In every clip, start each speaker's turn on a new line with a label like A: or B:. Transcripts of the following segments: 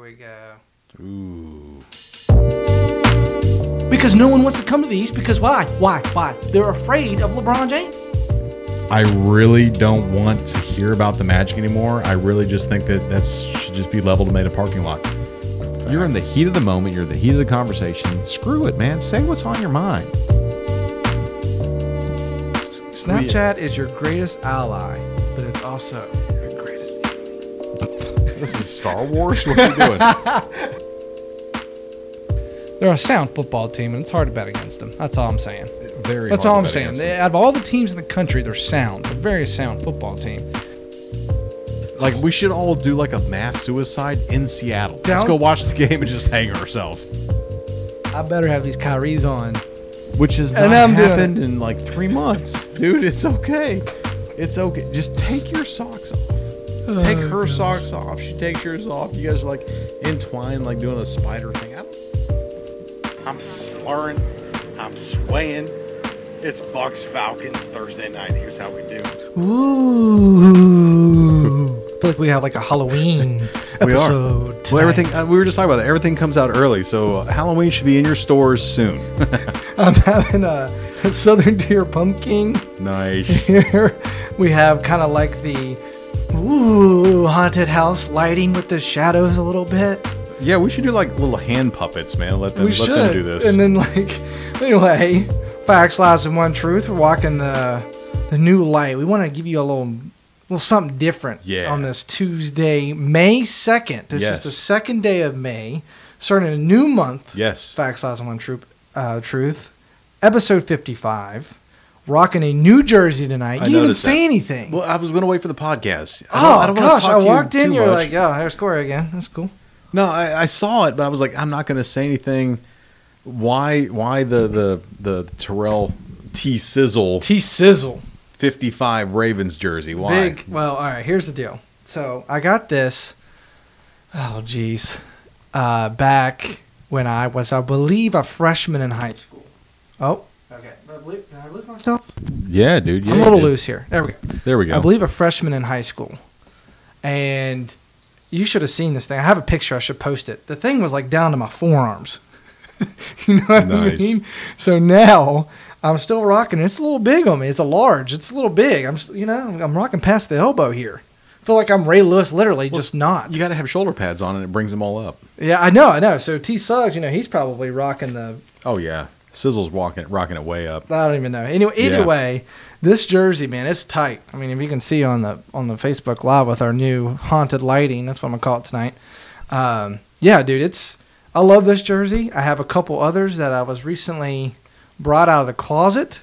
A: we go.
B: Ooh.
C: Because no one wants to come to the East because why? Why? Why? They're afraid of LeBron James.
B: I really don't want to hear about the Magic anymore. I really just think that that should just be leveled and made a parking lot. You're in the heat of the moment. You're in the heat of the conversation. Screw it, man. Say what's on your mind.
A: Snapchat is your greatest ally, but it's also your greatest enemy.
B: This is Star Wars. What are you doing?
C: They're a sound football team, and it's hard to bet against them. That's all I'm saying.
B: Very
C: That's
B: hard to
C: all I'm
B: bet
C: saying.
B: against
C: They- out of all the teams in the country, they're sound. They're a very sound football team.
B: them. Like we should all do like a mass suicide in Seattle. Let's
C: Down-
B: go watch the game and just hang ourselves.
C: I better have these Kyries on.
B: Which has
C: And
B: not
C: I'm doing
B: happened in like three months, dude. It's okay. It's okay. Just take your socks off. Take her socks off. She takes yours off. You guys are like entwined, like doing a spider thing. I don't- I'm slurring. I'm swaying. It's Bucks Falcons Thursday night. Here's how we do.
C: Ooh. I feel like we have like a Halloween
B: We are.
C: episode.
B: Well,
C: tonight.
B: everything uh, we were just talking about that. Everything comes out early, so uh, Halloween should be in your stores soon.
C: I'm having a Southern Tier pumpkin
B: nice.
C: here. We have kind of like the ooh haunted house lighting with the shadows a little bit.
B: Yeah, we should do like little hand puppets, man. Let them
C: we
B: let
C: should.
B: them do this.
C: And then like anyway, facts, lies, and one truth. We're walking the the new light. We want to give you a little little something different
B: Yeah.
C: on this Tuesday, May second. This
B: Yes.
C: is the second day of May, starting a new month.
B: yes.
C: Facts, lies, and one truth. Uh, truth. Episode fifty-five. Rocking a New Jersey tonight.
B: I
C: you didn't even
B: noticed
C: say
B: that.
C: anything.
B: Well, I was gonna wait for the podcast. I don't-
C: oh
B: I don't wanna
C: gosh!
B: talk
C: I
B: to you
C: walked in.
B: too
C: You're
B: much.
C: like, oh, there's Corey again. That's cool.
B: No, I, I saw it, but I was like, I'm not going to say anything. Why? Why the the the Terrell T Sizzle
C: T Sizzle.
B: 55 Ravens jersey? Why?
C: Big. Well, all right. Here's the deal. So I got this. Oh, geez. Uh, back when I was, I believe, a freshman in high school. Oh. Okay. Did I lose- did I lose myself?
B: Yeah, dude. Yeah,
C: I'm a little
B: dude.
C: loose here. There we go.
B: There we go.
C: I believe a freshman in high school, and you should have seen this thing. I have a picture. I should post it. The thing was like down to my forearms. you know what I
B: Nice.
C: mean? So now I'm still rocking. it. It's a little big on me. It's a large. It's a little big. I'm s- you know I'm rocking past the elbow here. feel like I'm Ray Lewis, literally, just not.
B: you got to have shoulder pads on, and it brings them all up.
C: yeah, I know, I know. So T Suggs, you know, he's probably rocking the
B: Oh yeah, Sizzle's walking, rocking it way up.
C: I don't even know. Anyway, either
B: Yeah.
C: way, this jersey, man, it's tight. I mean, if you can see on the on the Facebook Live with our new haunted lighting, that's what I'm gonna call it tonight. Um, yeah, dude, it's I love this jersey. I have a couple others that I was recently brought out of the closet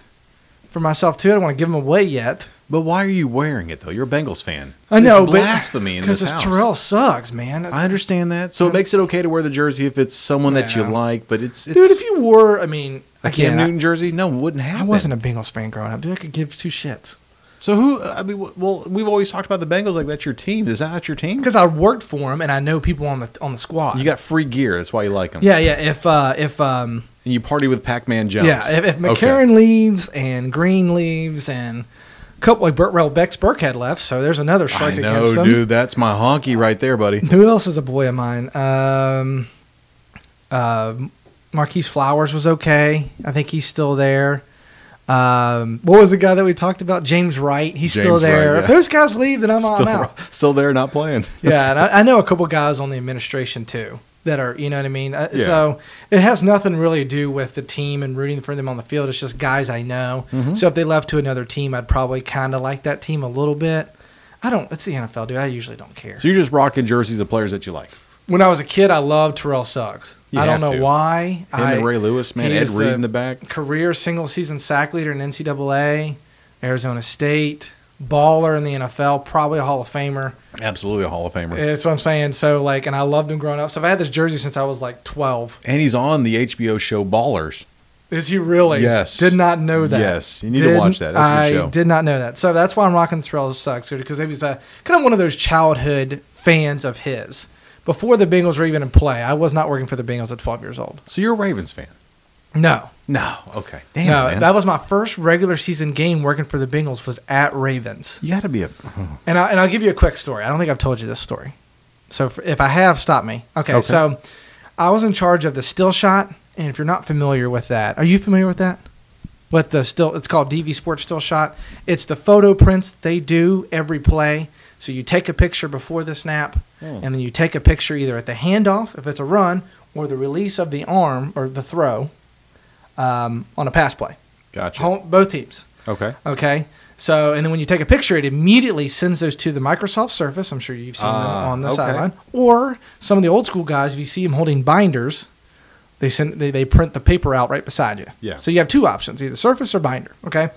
C: for myself too. I don't want to give them away yet.
B: But why are you wearing it though? You're a Bengals fan.
C: I know,
B: it's blasphemy
C: but
B: in
C: because
B: this
C: it's
B: house.
C: Terrell Suggs, man. It's-
B: I understand that, so it makes it okay to wear the jersey if it's someone that you
C: Yeah.
B: like. But it's it's
C: dude, if you wore, I mean,
B: a Cam
C: again, I-
B: Newton jersey, no, it wouldn't happen.
C: I wasn't a Bengals fan growing up, dude. I could give two shits.
B: So who? I mean, wh- well, we've always talked about the Bengals. Like that's your team. Is that not your team?
C: Because I worked for him, and I know people on the on the squad.
B: You got free gear. That's why you like them.
C: Yeah, yeah. If uh, if um,
B: And you party with Pac-Man Jones.
C: yeah, if, if
B: Okay.
C: McCarron leaves and Green leaves and a couple like Burt Rell Beck's Burke had left, so there's another strike
B: I know,
C: against them.
B: dude. That's my honky right there, buddy.
C: Who else is a boy of mine? Um, uh, Marquise Flowers was okay. I think he's still there. Um, what was the guy that we talked about? James Wright. He's still
B: James Wright,
C: there.
B: yeah.
C: If those guys leave, then I'm, I'm
B: Still,
C: out.
B: still there, not playing.
C: Yeah, and I, I know a couple guys on the administration too that are, you know what I mean. Uh,
B: Yeah.
C: So it has nothing really to do with the team and rooting for them on the field. It's just guys I know.
B: Mm-hmm.
C: So if they left to another team, I'd probably kind of like that team a little bit. I don't. It's the NFL, dude. I usually don't care.
B: So you're just rocking jerseys of players that you like.
C: When I was a kid, I loved Terrell Suggs.
B: You
C: I don't
B: have
C: know
B: to.
C: why.
B: Him
C: I,
B: and Ray Lewis, man.
C: he
B: Ed
C: is
B: Reed
C: the-
B: in the back.
C: career single season sack leader in NCAA, Arizona State, baller in the NFL, probably a Hall of Famer.
B: Absolutely a Hall of Famer.
C: That's what I'm saying. So like, and I loved him growing up. So I've had this jersey since I was like 12.
B: And he's on the HBO show Ballers.
C: Is he really?
B: Yes.
C: Did not know that.
B: Yes. You need to watch that. That's a good
C: I
B: show.
C: did not know that. So that's why I'm rocking Terrell Suggs because he was a, kind of one of those childhood fans of his. Before the Bengals were even in play, I was not working for the Bengals at 12 years old.
B: So you're a Ravens fan.
C: No,
B: No. Okay. Damn,
C: no,
B: man.
C: that was my first regular season game working for the Bengals was at Ravens.
B: you got to be a.
C: And, I, and I'll give you a quick story. I don't think I've told you this story. So for, if I have, stop me. Okay,
B: Okay.
C: So I was in charge of the still shot, and if you're not familiar with that, are you familiar with that? With the still, it's called DV Sports Still Shot. It's the photo prints they do every play. So you take a picture before the snap,
B: Hmm.
C: and then you take a picture either at the handoff if it's a run, or the release of the arm or the throw um, on a pass play.
B: Gotcha.
C: Home, both teams.
B: Okay.
C: Okay. So, and then when you take a picture, it immediately sends those to the Microsoft Surface. I'm sure you've seen them
B: Ah,
C: on the
B: okay.
C: sideline. Or some of the old school guys, if you see them holding binders, they send they, they print the paper out right beside you.
B: Yeah.
C: So you have two options, either Surface or binder. Okay.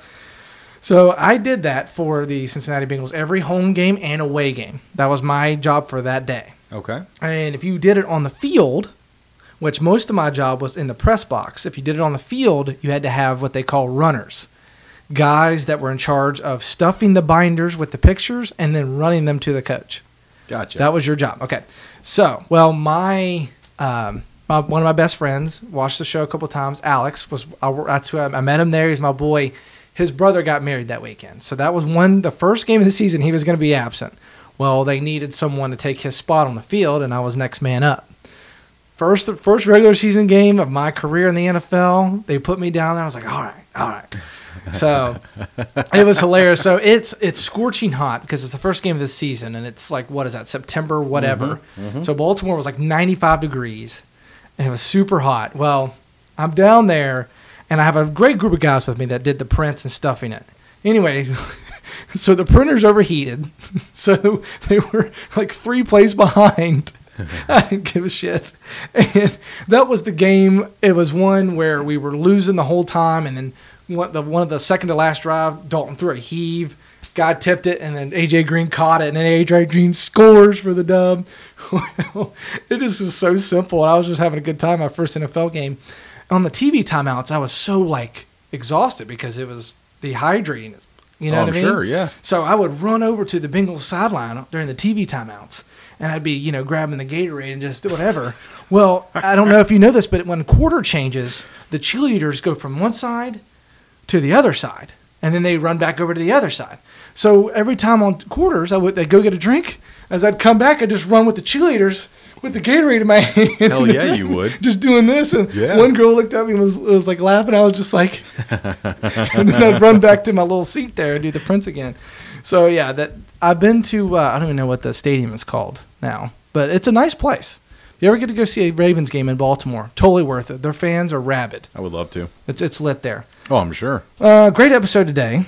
C: So I did that for the Cincinnati Bengals every home game and away game. That was my job for that day.
B: Okay.
C: And if you did it on the field, which most of my job was in the press box, if you did it on the field, you had to have what they call runners guys that were in charge of stuffing the binders with the pictures and then running them to the coach.
B: Gotcha.
C: That was your job. Okay. So, well, my, um, my one of my best friends watched the show a couple times. Alex was I, that's who I, I met him there. He's my boy. His brother got married that weekend, so that was one the first game of the season he was going to be absent. Well, they needed someone to take his spot on the field, and I was next man up. First, the first regular season game of my career in the NFL, they put me down. there. I was like, all right, all right. So it was hilarious. So it's it's scorching hot because it's the first game of the season, and it's like what is that September whatever. So Baltimore was like 95 degrees, and it was super hot. Well, I'm down there, and I have a great group of guys with me that did the prints and stuffing it. Anyway, so the printers overheated, so they were like three plays behind. I didn't give a shit. And that was the game. It was one where we were losing the whole time, and then one, the one of the second to last drive, Dalton threw a heave. Guy tipped it, and then AJ Green caught it, and then AJ Green scores for the dub. Well, it just was so simple, and I was just having a good time. My first NFL game. On the TV timeouts, I was so like exhausted because it was dehydrating. You know
B: Oh,
C: what
B: I'm
C: I mean?
B: sure, yeah.
C: So I would run over to the Bengals sideline during the TV timeouts, and I'd be, you know, grabbing the Gatorade and just whatever. well, I don't know if you know this, but when quarter changes, the cheerleaders go from one side to the other side, and then they run back over to the other side. So every time on quarters, I would they go get a drink. As I'd come back, I'd just run with the cheerleaders with the Gatorade in my hand.
B: Hell yeah, you would.
C: just doing this. And
B: Yeah.
C: one girl looked at me and was, was like laughing. I was just like, and then I'd run back to my little seat there and do the prints again. So yeah, that I've been to. Uh, I don't even know what the stadium is called now, but it's a nice place. If you ever get to go see a Ravens game in Baltimore, totally worth it. Their fans are rabid.
B: I would love to.
C: It's it's lit there.
B: Oh, I'm sure.
C: Uh, great episode today.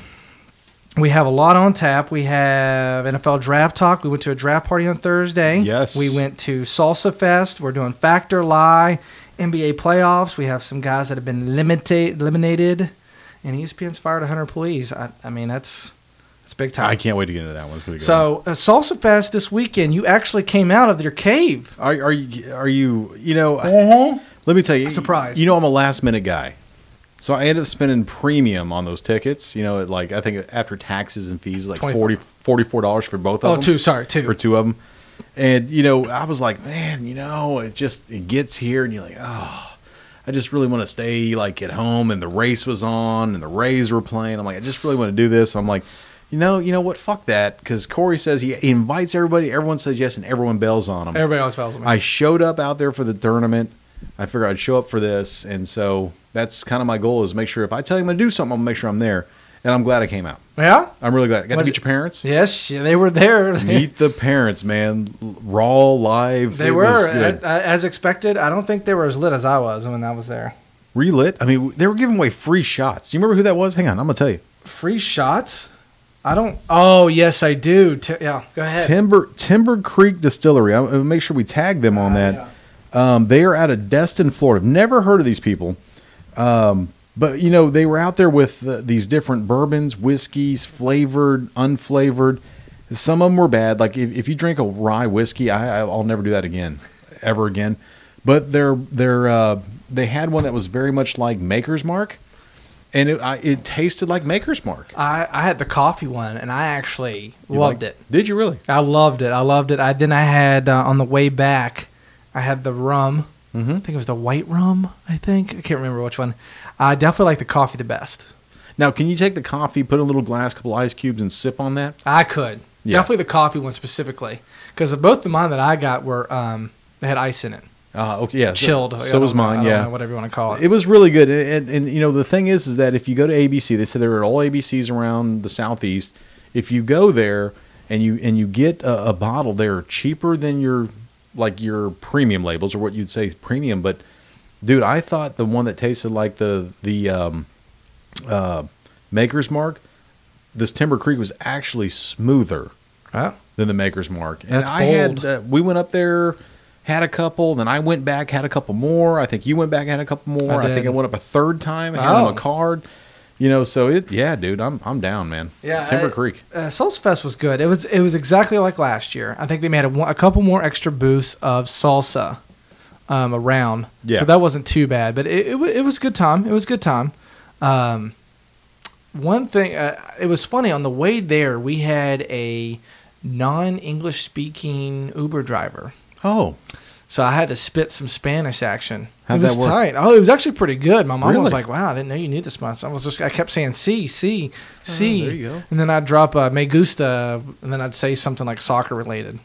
C: We have a lot on tap. We have NFL draft talk. We went to a draft party on Thursday.
B: Yes.
C: We went to Salsa Fest. We're doing Factor Lie, NBA playoffs. We have some guys that have been limited, eliminated, and E ESPN's fired 100 police. I, I mean, that's that's big time.
B: I can't wait to get into that one. It's gonna be good.
C: so, uh, Salsa Fest this weekend, you actually came out of your cave.
B: are, are you? Are you? You know,
C: Uh-huh.
B: let me tell you.
C: Surprise.
B: You know, I'm a last minute guy. So I ended up spending premium on those tickets. You know, at like I think after taxes and fees, like
C: 25.
B: 40 $44 for both of
C: Oh,
B: them.
C: two. Sorry, two.
B: or two of them. And you know, I was like, man, you know, it just it gets here, and you're like, oh, I just really want to stay like at home. And the race was on, and the Rays were playing. I'm like, I just really want to do this. I'm like, you know, you know what? Fuck that, because Corey says he, he invites everybody. Everyone says yes, and everyone bells on him.
C: Everybody always follows me.
B: I showed up out there for the tournament. I figured I'd show up for this, and so that's kind of my goal is make sure if I tell you I'm gonna do something, I'm gonna make sure I'm there. And I'm glad I came out.
C: yeah?
B: I'm really glad. I got
C: What
B: to meet your
C: did-
B: parents.
C: Yes, yeah, they were there.
B: Meet the parents, man. Raw, live.
C: They
B: It
C: were
B: was
C: I,
B: good.
C: I, as expected. I don't think they were as lit as I was when I was there.
B: relit. I mean, they were giving away free shots. Do you remember who that was? Hang on, I'm gonna tell you.
C: Free shots? I don't. Oh yes, I do. Ti- yeah, go ahead.
B: Timber Timber Creek Distillery. I'm gonna make sure we tag them on
C: Ah,
B: that. Um, they are out of Destin, Florida. I've never heard of these people. Um, but you know, they were out there with uh, these different bourbons, whiskeys, flavored, unflavored. Some of them were bad. Like if, if you drink a rye whiskey, I, I- I'll never do that again, ever again. But they're, they're, uh, they had one that was very much like Maker's Mark, and it, I, it tasted like Maker's Mark.
C: I I had the coffee one, and I actually
B: You
C: loved
B: like-
C: it.
B: Did you really?
C: I loved it. I loved it. I then I had uh, on the way back, I had the rum. I
B: Mm-hmm.
C: think it was the white rum. I think I can't remember which one. I definitely like the coffee the best.
B: Now, can you take the coffee, put in a little glass, couple ice cubes, and sip on that?
C: I could.
B: Yeah.
C: Definitely the coffee one specifically, because both the mine that I got were um, they had ice in it,
B: Uh, okay, yeah. so-
C: chilled.
B: So,
C: I don't
B: was
C: know- I
B: mine.
C: don't
B: Yeah.
C: know, whatever you want to call it.
B: It was really good, and, and, and you know the thing is, is that if you go to ABC, they said there are all ABCs around the southeast. If you go there and you and you get a, a bottle, they're cheaper than your like your premium labels or what you'd say is premium. But dude, I thought the one that tasted like the the um, uh, Maker's Mark, this Timber Creek was actually smoother
C: Wow.
B: than the Maker's Mark. And
C: That's
B: I
C: bold.
B: had uh, we went up there, had a couple, then I went back, had a couple more. I think you went back, had a couple more.
C: I
B: I, think
C: did.
B: I went up a third time. I handed them
C: Oh.
B: a card. You know, so it yeah, dude, I'm I'm down, man.
C: Yeah,
B: Timber
C: I-
B: Creek.
C: Uh, Salt's Fest was good. It was it was exactly like last year. I think they made a, one- a couple more extra boosts of salsa um, around,
B: Yeah.
C: so that wasn't too bad. But it, it wa- it was good time. It was good time. Um, one thing, uh, it was funny on the way there. We had a non-English speaking Uber driver,
B: Oh,
C: so I had to spit some Spanish action.
B: How'd
C: it was
B: that work?
C: tight. Oh, it was actually pretty good. My mom was
B: Really?
C: like, "Wow, I didn't know you knew this much." I was just, I kept saying "C, C, C."
B: Oh, there you go.
C: And then I'd drop uh, Me Gusta, and then I'd say something like soccer related.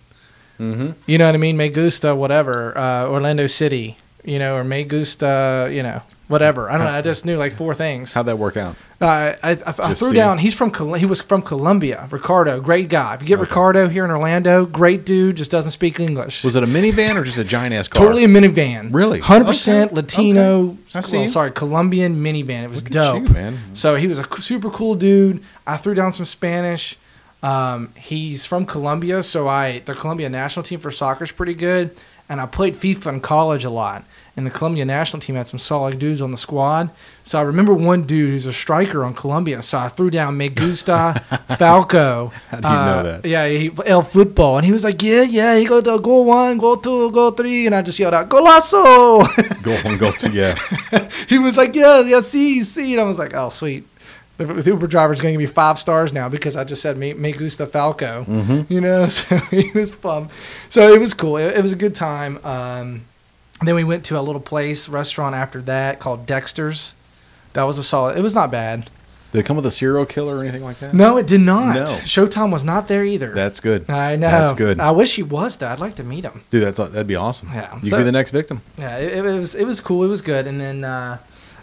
B: Mm-hmm.
C: You know what I mean? Me Gusta, whatever. Uh, Orlando City, you know, or Me Gusta, you know, whatever. I don't know. I just knew like four things.
B: How'd that work out?
C: Uh, I, I, I threw
B: see.
C: down. He's from Col- he was from Colombia. Ricardo, great guy. If you get
B: Okay.
C: Ricardo here in Orlando, great dude, just doesn't speak English.
B: Was it a minivan or just a giant ass car?
C: Totally a minivan.
B: Really?
C: Hundred percent
B: Okay.
C: Latino.
B: I see
C: well,
B: you.
C: sorry, Colombian minivan. It was
B: Look at
C: dope.
B: you, man.
C: So he was a c- super cool dude. I threw down some Spanish. Um, he's from Colombia, so I the Colombia national team for soccer is pretty good. And I played FIFA in college a lot. And the Colombia national team had some solid dudes on the squad. So I remember one dude who's a striker on Colombia. So I threw down Megusta Falco. uh,
B: How do you know that?
C: Yeah, he, El Football. And he was like, yeah, yeah, he go to goal one, goal two, goal three. And I just yelled out, Golazo!
B: Go on, go to yeah.
C: he was like, yeah, yeah, see, see. And I was like, oh, sweet. The, the Uber driver's going to give me five stars now because I just said me, me gusta Falco.
B: Mm-hmm.
C: You know, so he was pumped. So it was cool. It, it was a good time. Um, then we went to a little place, restaurant after that called Dexter's. That was a solid. It was not bad.
B: Did it come with a serial killer or anything like that?
C: No, it did not.
B: No.
C: Showtime was not there either.
B: That's good.
C: I know.
B: That's good.
C: I wish he was though. I'd like to meet him.
B: Dude, that's that'd be awesome.
C: Yeah,
B: You'd
C: so-
B: be the next victim.
C: Yeah, it, it was it was cool. It was good. And then uh,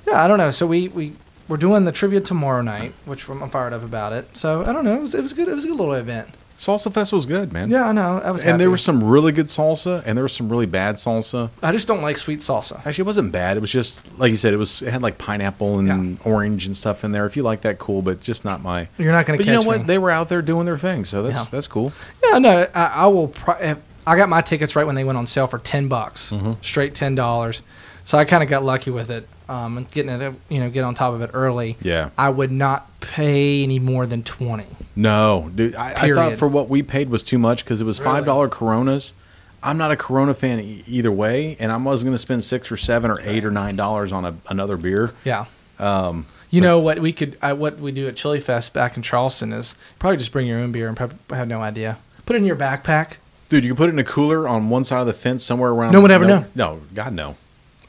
C: yeah, I don't know. So we we we're doing the trivia tomorrow night, which I'm fired up about it. So I don't know. It was it was good. It was a good little event.
B: Salsa Festival's good, man.
C: Yeah, I know. I was
B: And there
C: happy.
B: was some really good salsa and there was some really bad salsa.
C: I just don't like sweet salsa.
B: Actually, it wasn't bad. It was just like you said. It was it had like pineapple and orange and stuff in there. If you like that, cool. But just not my.
C: You're not gonna
B: But
C: catch
B: you know what?
C: me.
B: They were out there doing their thing, so that's
C: Yeah.
B: that's cool.
C: Yeah, no, I, I will. Pro- if- I got my tickets right when they went on sale for ten bucks,
B: Mm-hmm.
C: straight ten dollars. So I kind of got lucky with it, um, and getting it, you know, get on top of it early.
B: Yeah.
C: I would not pay any more than twenty.
B: No, dude. I, I thought
C: Period.
B: for what we paid was too much because it was
C: Really?
B: five dollar Coronas. I'm not a Corona fan e- either way, and I wasn't going to spend six or seven or eight or nine dollars on a, another beer.
C: Yeah. Um, you know what we could I, what we do at Chili Fest back in Charleston is probably just bring your own beer and prob- I have no idea. Put it in your backpack.
B: Dude, you can put it in a cooler on one side of the fence somewhere around.
C: No one ever
B: no,
C: know.
B: No, God no.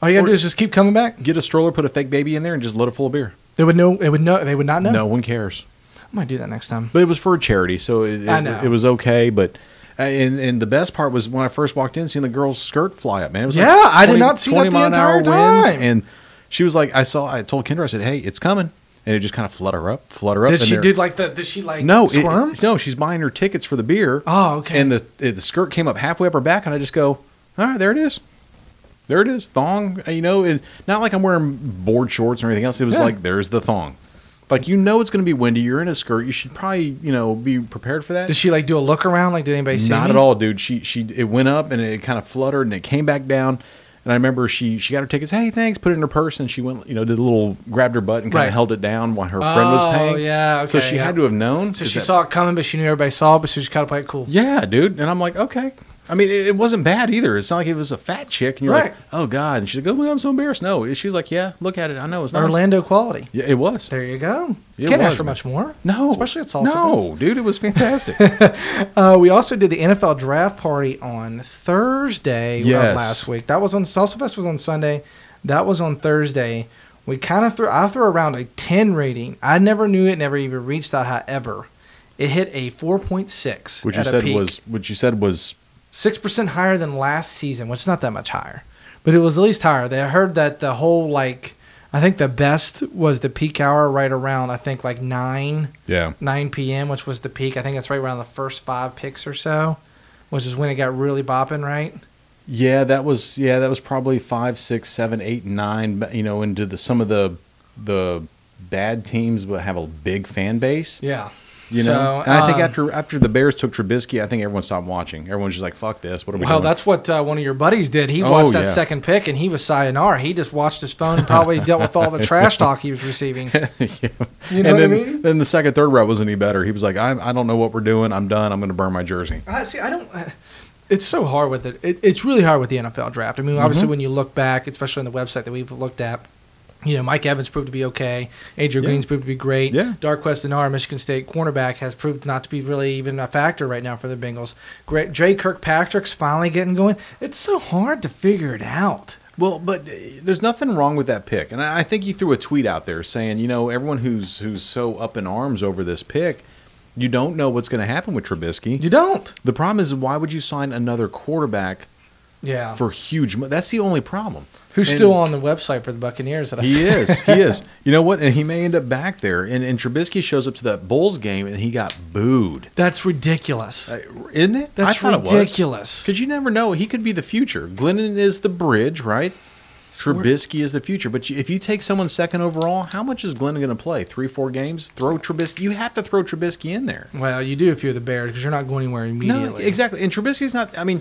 C: All you gotta
B: Or-
C: do is just keep coming back.
B: Get a stroller, put a fake baby in there, and just load it full of beer.
C: They would know. They would know. They would not know.
B: No, one cares.
C: I might do that next time.
B: but it was for a charity, so it, it,
C: I know.
B: it was okay. But uh, and and the best part was when I first walked in, seeing the girl's skirt fly up. Man, it was
C: Yeah,
B: like
C: I did not see that the
B: mile an hour
C: entire time.
B: and she was like, I saw. I told Kendra, I said, "Hey, it's coming," and it just kind of flutter up, flutter up.
C: Did
B: and
C: she
B: there-
C: did like the? Did she like
B: No, it-
C: squirm?
B: no, she's buying her tickets for the beer.
C: Oh, okay.
B: And the it, the skirt came up halfway up her back, and I just go, "All right, there it is." There it is, thong. You know, it, not like I'm wearing board shorts or anything else. It was
C: Yeah.
B: like there's the thong. Like you know, it's going to be windy. You're in a skirt. You should probably you know be prepared for that.
C: did she like do a look around? Like did anybody see?
B: Not
C: me?
B: at all, dude. She she it went up and it kind of fluttered and it came back down. And I remember she she got her tickets. Hey, thanks. Put it in her purse and she went. You know, did a little grabbed her butt and kind
C: Right.
B: of held it down while her friend was
C: Oh,
B: paying.
C: yeah,
B: So
C: okay,
B: she
C: yeah.
B: had to have known.
C: So
B: 'cause
C: she
B: that-
C: saw it coming, but she knew everybody saw it. But she just kind of played it cool.
B: Yeah, dude. And I'm like, okay. I mean, it, it wasn't bad either. It's not like it was a fat chick and you're
C: Right.
B: like, oh god. And she's like, oh my god, I'm so embarrassed. No, she's like, yeah, look at it. I know it's nice.
C: Orlando quality.
B: Yeah, it was.
C: There you go.
B: It
C: Can't ask
B: was,
C: for
B: man.
C: much more.
B: No,
C: especially at salsa.
B: No,
C: Fest.
B: dude, it was fantastic.
C: Uh, we also did the NFL draft party on Thursday of
B: Yes.
C: last week. That was on Salsa Fest was on Sunday. That was on Thursday. We kind of threw I threw around a ten rating. I never knew it, never even reached that high ever. It hit a 4.6.
B: Which you
C: at a
B: said
C: peak.
B: was which you said was
C: six percent higher than last season, which is not that much higher, but it was at least higher. They heard that the whole like I think the best was the peak hour right around I think like nine
B: yeah.
C: 9 p.m., which was the peak. I think that's right around the first five picks or so, which is when it got really bopping, right?
B: Yeah, that was yeah, that was probably five, six, seven, eight, nine. but, You know, into the some of the the bad teams but have a big fan base.
C: Yeah.
B: You know,
C: So,
B: and I think
C: um,
B: after after the Bears took Trubisky, I think everyone stopped watching. Everyone's just like, "Fuck this! What are we
C: Well,
B: doing?"
C: that's what uh, one of your buddies did. He
B: Oh,
C: watched that
B: yeah.
C: second pick and he was sayonara. He just watched his phone and probably dealt with all the trash talk he was receiving.
B: yeah.
C: You
B: and
C: know what I
B: then,
C: mean?
B: then the second, third route wasn't any better. He was like, I, I don't know what we're doing. I'm done. I'm going to burn my jersey.
C: I see. I don't. uh, It's so hard with it. it. It's really hard with the NFL draft. I mean, obviously,
B: Mm-hmm.
C: when you look back, especially on the website that we've looked at, you know, Mike Evans proved to be okay. Adrian
B: Yeah.
C: Green's proved to be great.
B: Yeah.
C: Darquest Denar, Michigan State cornerback, has proved not to be really even a factor right now for the Bengals. Great. Jay Kirkpatrick's finally getting going. It's so hard to figure it out.
B: Well, but uh, there's nothing wrong with that pick, and I I think you threw a tweet out there saying, you know, everyone who's who's so up in arms over this pick, you don't know what's going to happen with Trubisky.
C: You don't.
B: the problem is, why would you sign another quarterback
C: Yeah.
B: for huge? Mo- That's the only problem.
C: Who's
B: And-
C: still on the website for the Buccaneers? That I
B: He
C: see?
B: is. He is. You know what? And he may end up back there. And and Trubisky shows up to that Bulls game, and he got booed.
C: That's ridiculous.
B: Uh, Isn't it?
C: That's
B: thought it was.
C: ridiculous.
B: Because you never know. He could be the future. Glennon is the bridge, right? Trubisky is the future. But you- if you take someone second overall, how much is Glennon going to play? Three, four games? Throw Trubisky. You have to throw Trubisky in there.
C: Well, you do if you're the Bears because you're not going anywhere immediately.
B: No, exactly. And Trubisky's not. I mean,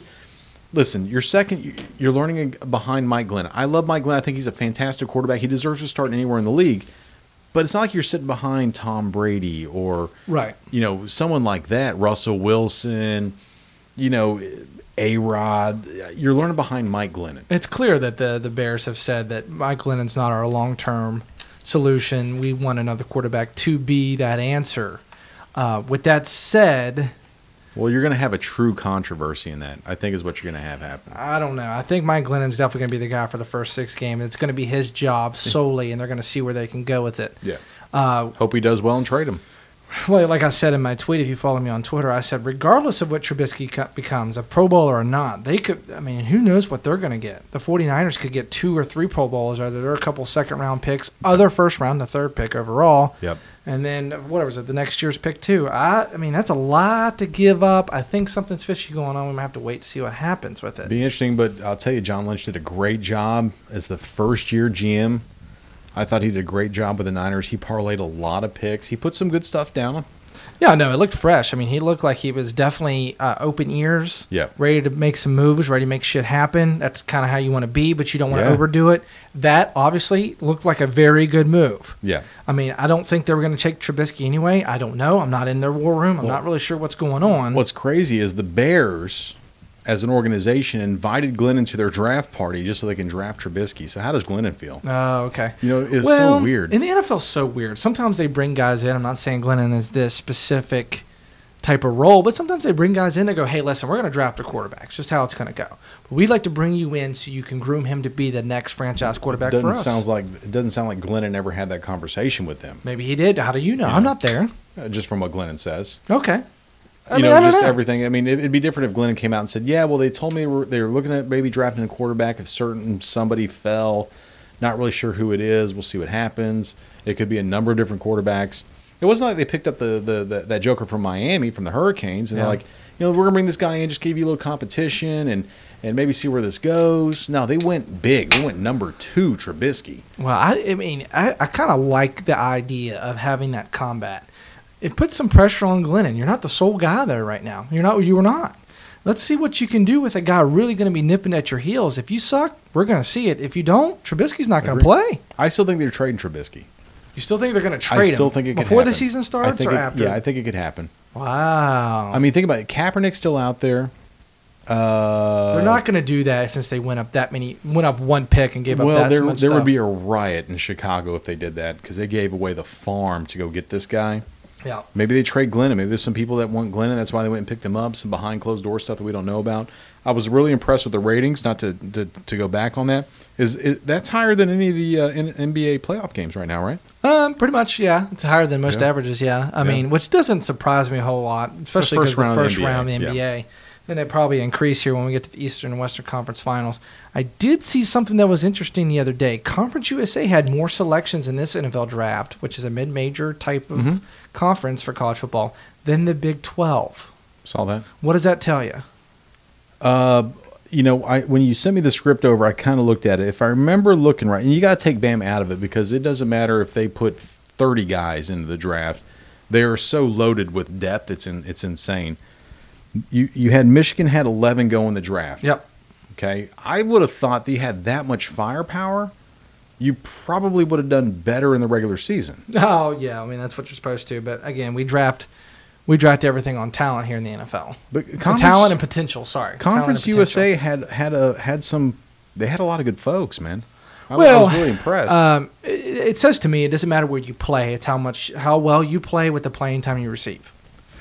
B: listen. You're second. You're learning behind Mike Glenn. I love Mike Glenn. I think he's a fantastic quarterback. He deserves to start anywhere in the league. But it's not like you're sitting behind Tom Brady or
C: Right.
B: you know, someone like that, Russell Wilson, you know, A Rod, you're learning behind Mike Glennon.
C: It's clear that the the Bears have said that Mike Glennon's not our long term solution. We want another quarterback to be that answer. Uh, with that said,
B: Well, you're going to have a true controversy in that, I think, is what you're going to have happen.
C: I don't know. I think Mike Glennon's definitely going to be the guy for the first six games. It's going to be his job solely, and they're going to see where they can go with it.
B: Yeah.
C: Uh,
B: Hope he does well and trade him.
C: Well, like I said in my tweet, if you follow me on Twitter, I said regardless of what Trubisky co- becomes, a Pro Bowler or not, they could. I mean, who knows what they're going to get? The 49ers could get two or three Pro Bowlers, or there are a couple second round picks, other first round, the third pick overall,
B: Yep.
C: and then whatever is it, the next year's pick too. I, I mean, that's a lot to give up. I think something's fishy going on. We might have to wait to see what happens with it.
B: Be interesting, but I'll tell you, John Lynch did a great job as the first year GM. I thought he did a great job with the Niners. He parlayed a lot of picks. He put some good stuff down.
C: Yeah, no, it looked fresh. I mean, he looked like he was definitely uh, open ears,
B: Yeah.
C: ready to make some moves, ready to make shit happen. That's kind of how you want to be, but you don't want to
B: Yeah.
C: overdo it. That obviously looked like a very good move.
B: Yeah.
C: I mean, I don't think they were going to take Trubisky anyway. I don't know. I'm not in their war room. I'm not really sure what's going on.
B: What's crazy is the Bears, as an organization, invited Glennon to their draft party just so they can draft Trubisky. So how does Glennon feel?
C: Oh, okay.
B: You know, it's so weird.
C: And the NFL's so weird. Sometimes they bring guys in. I'm not saying Glennon is this specific type of role, but sometimes they bring guys in. They go, hey, listen, we're going to draft a quarterback. It's just how it's going to go. But we'd like to bring you in so you can groom him to be the next franchise quarterback for
B: doesn't
C: us.
B: sounds like it doesn't sound like Glennon ever had that conversation with them,
C: Maybe he did. How do you know?
B: Yeah.
C: I'm not there.
B: uh, just from what Glennon says.
C: Okay. I
B: you
C: mean,
B: know,
C: I don't
B: just
C: know.
B: everything. I mean, it, it'd be different if Glennon came out and said, "Yeah, well, they told me we're, they were looking at maybe drafting a quarterback if certain somebody fell. Not really sure who it is. We'll see what happens. It could be a number of different quarterbacks. It wasn't like they picked up the the, the that Joker from Miami from the Hurricanes and
C: Yeah.
B: they're like, you know, we're gonna bring this guy in, just give you a little competition and and maybe see where this goes. No, they went big. They went number two, Trubisky.
C: Well, I, I mean, I, I kind of like the idea of having that combat. It puts some pressure on Glennon. You're not the sole guy there right now. You're not. You are not. Let's see what you can do with a guy really going to be nipping at your heels. If you suck, we're going to see it. If you don't, Trubisky's not going to
B: Agreed.
C: play.
B: I still think they're trading Trubisky.
C: You still think they're going to trade
B: I still
C: him
B: think it could
C: before the
B: happen.
C: season
B: I
C: starts
B: think
C: or
B: it-
C: after?
B: Yeah, I think it could happen.
C: wow.
B: I mean, think about it. Kaepernick's still out there. Uh,
C: they're not going to do that since they went up that many, went up one pick and gave up
B: well,
C: that
B: there,
C: much
B: there
C: stuff.
B: would be a riot in Chicago if they did that because they gave away the farm to go get this guy.
C: Yeah.
B: Maybe they trade Glennon. Maybe there's some people that want Glennon. That's why they went and picked him up. Some behind closed door stuff that we don't know about. I was really impressed with the ratings. Not to to, to go back on that. Is, is that's higher than any of the uh, N- NBA playoff games right now, right?
C: Um, pretty much, yeah. It's higher than most
B: Yeah.
C: averages, yeah. I
B: Yeah.
C: mean, which doesn't surprise me a whole lot, especially
B: first
C: because the
B: round of the
C: first
B: NBA,
C: round of the
B: yeah.
C: NBA. Then they probably increase here when we get to the Eastern and Western Conference Finals. I did see something that was interesting the other day. Conference USA had more selections in this NFL draft, which is a mid-major type of
B: Mhm.
C: conference for college football, than the Big 12.
B: Saw that.
C: What does that tell you?
B: Uh, you know, I when you sent me the script over, I kind of looked at it. If I remember looking right, and you got to take Bam out of it because it doesn't matter if they put thirty guys into the draft; they are so loaded with depth. It's in, it's insane. You you had Michigan had eleven go in the draft.
C: Yep.
B: Okay, I would have thought they had that much firepower. You probably would have done better in the regular season.
C: Oh, yeah. I mean, that's what you're supposed to. But again, we draft we draft everything on talent here in the NFL.
B: But
C: On
B: conference-
C: talent and potential, sorry. Talent and
B: Conference
C: potential.
B: USA had had a had some. They had a lot of good folks, man. I, I
C: Well,
B: was really impressed.
C: Um, it, it says to me it doesn't matter where you play; it's how much, how well you play with the playing time you receive.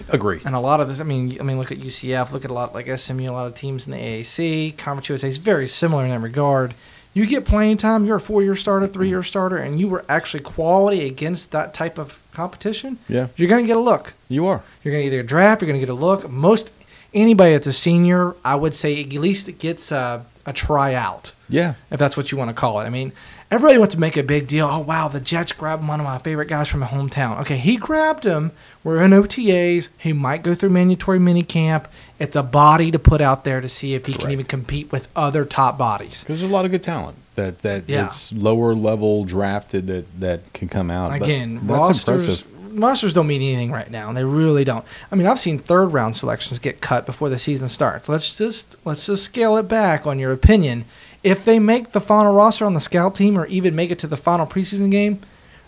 B: Agree.
C: And a lot of this, I mean, I mean, look at UCF, look at a lot like SMU, a lot of teams in the AAC. Conference USA is very similar in that regard. You get playing time; you're a four-year starter, three-year starter, and you were actually quality against that type of competition.
B: Yeah.
C: you're going to get a look.
B: You are.
C: You're going to either draft, you're going to get a look. Most anybody that's a senior, I would say, at least it gets uh, a tryout
B: Yeah.
C: if that's what you want to call it. I mean, everybody wants to make a big deal. Oh wow, the Jets grabbed one of my favorite guys from my hometown. Okay, he grabbed him. We're in OTAs. He might go through mandatory minicamp. It's a body to put out there to see if he can
B: Correct.
C: even compete with other top bodies.
B: Because there's a lot of good talent that that
C: Yeah.
B: that's lower level drafted that that can come out. but
C: Again,
B: that's
C: rosters
B: impressive.
C: rosters don't mean anything right now. They really don't. I mean, I've seen third round selections get cut before the season starts. Let's just let's just scale it back on your opinion. If they make the final roster on the scout team or even make it to the final preseason game,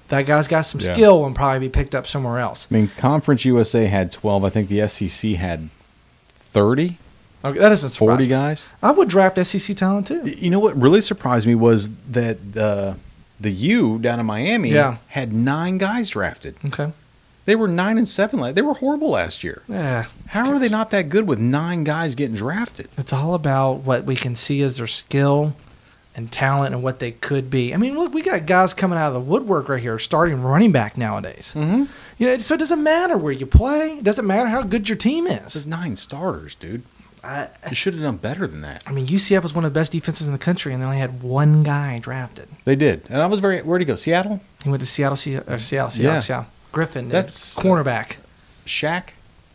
C: that guy's got some
B: Yeah.
C: skill and probably be picked up somewhere else.
B: I mean, Conference USA had 12. I think the SEC had 30,
C: Okay, that doesn't surprise
B: 40
C: me.
B: guys.
C: I would draft SEC talent too.
B: You know what really surprised me was that uh, the U down in Miami
C: Yeah.
B: had nine guys drafted.
C: Okay.
B: They were nine and seven. la- They were horrible last year.
C: Yeah.
B: How are they not that good with nine guys getting drafted?
C: It's all about what we can see as their skill and talent and what they could be. I mean, look, we got guys coming out of the woodwork right here, starting running back nowadays.
B: Mm-hmm.
C: You know, so it doesn't matter where you play. It doesn't matter how good your team
B: This is
C: is.
B: nine starters, dude.
C: I,
B: You should have done better than that.
C: I mean, UCF was one of the best defenses in the country, and they only had one guy drafted.
B: They did, and I was very. Where'd he go? Seattle,
C: He went to Seattle, Se- or Seattle,
B: Yeah.
C: Seattle, yeah. Griffin, did.
B: That's-
C: cornerback.
B: Shaq.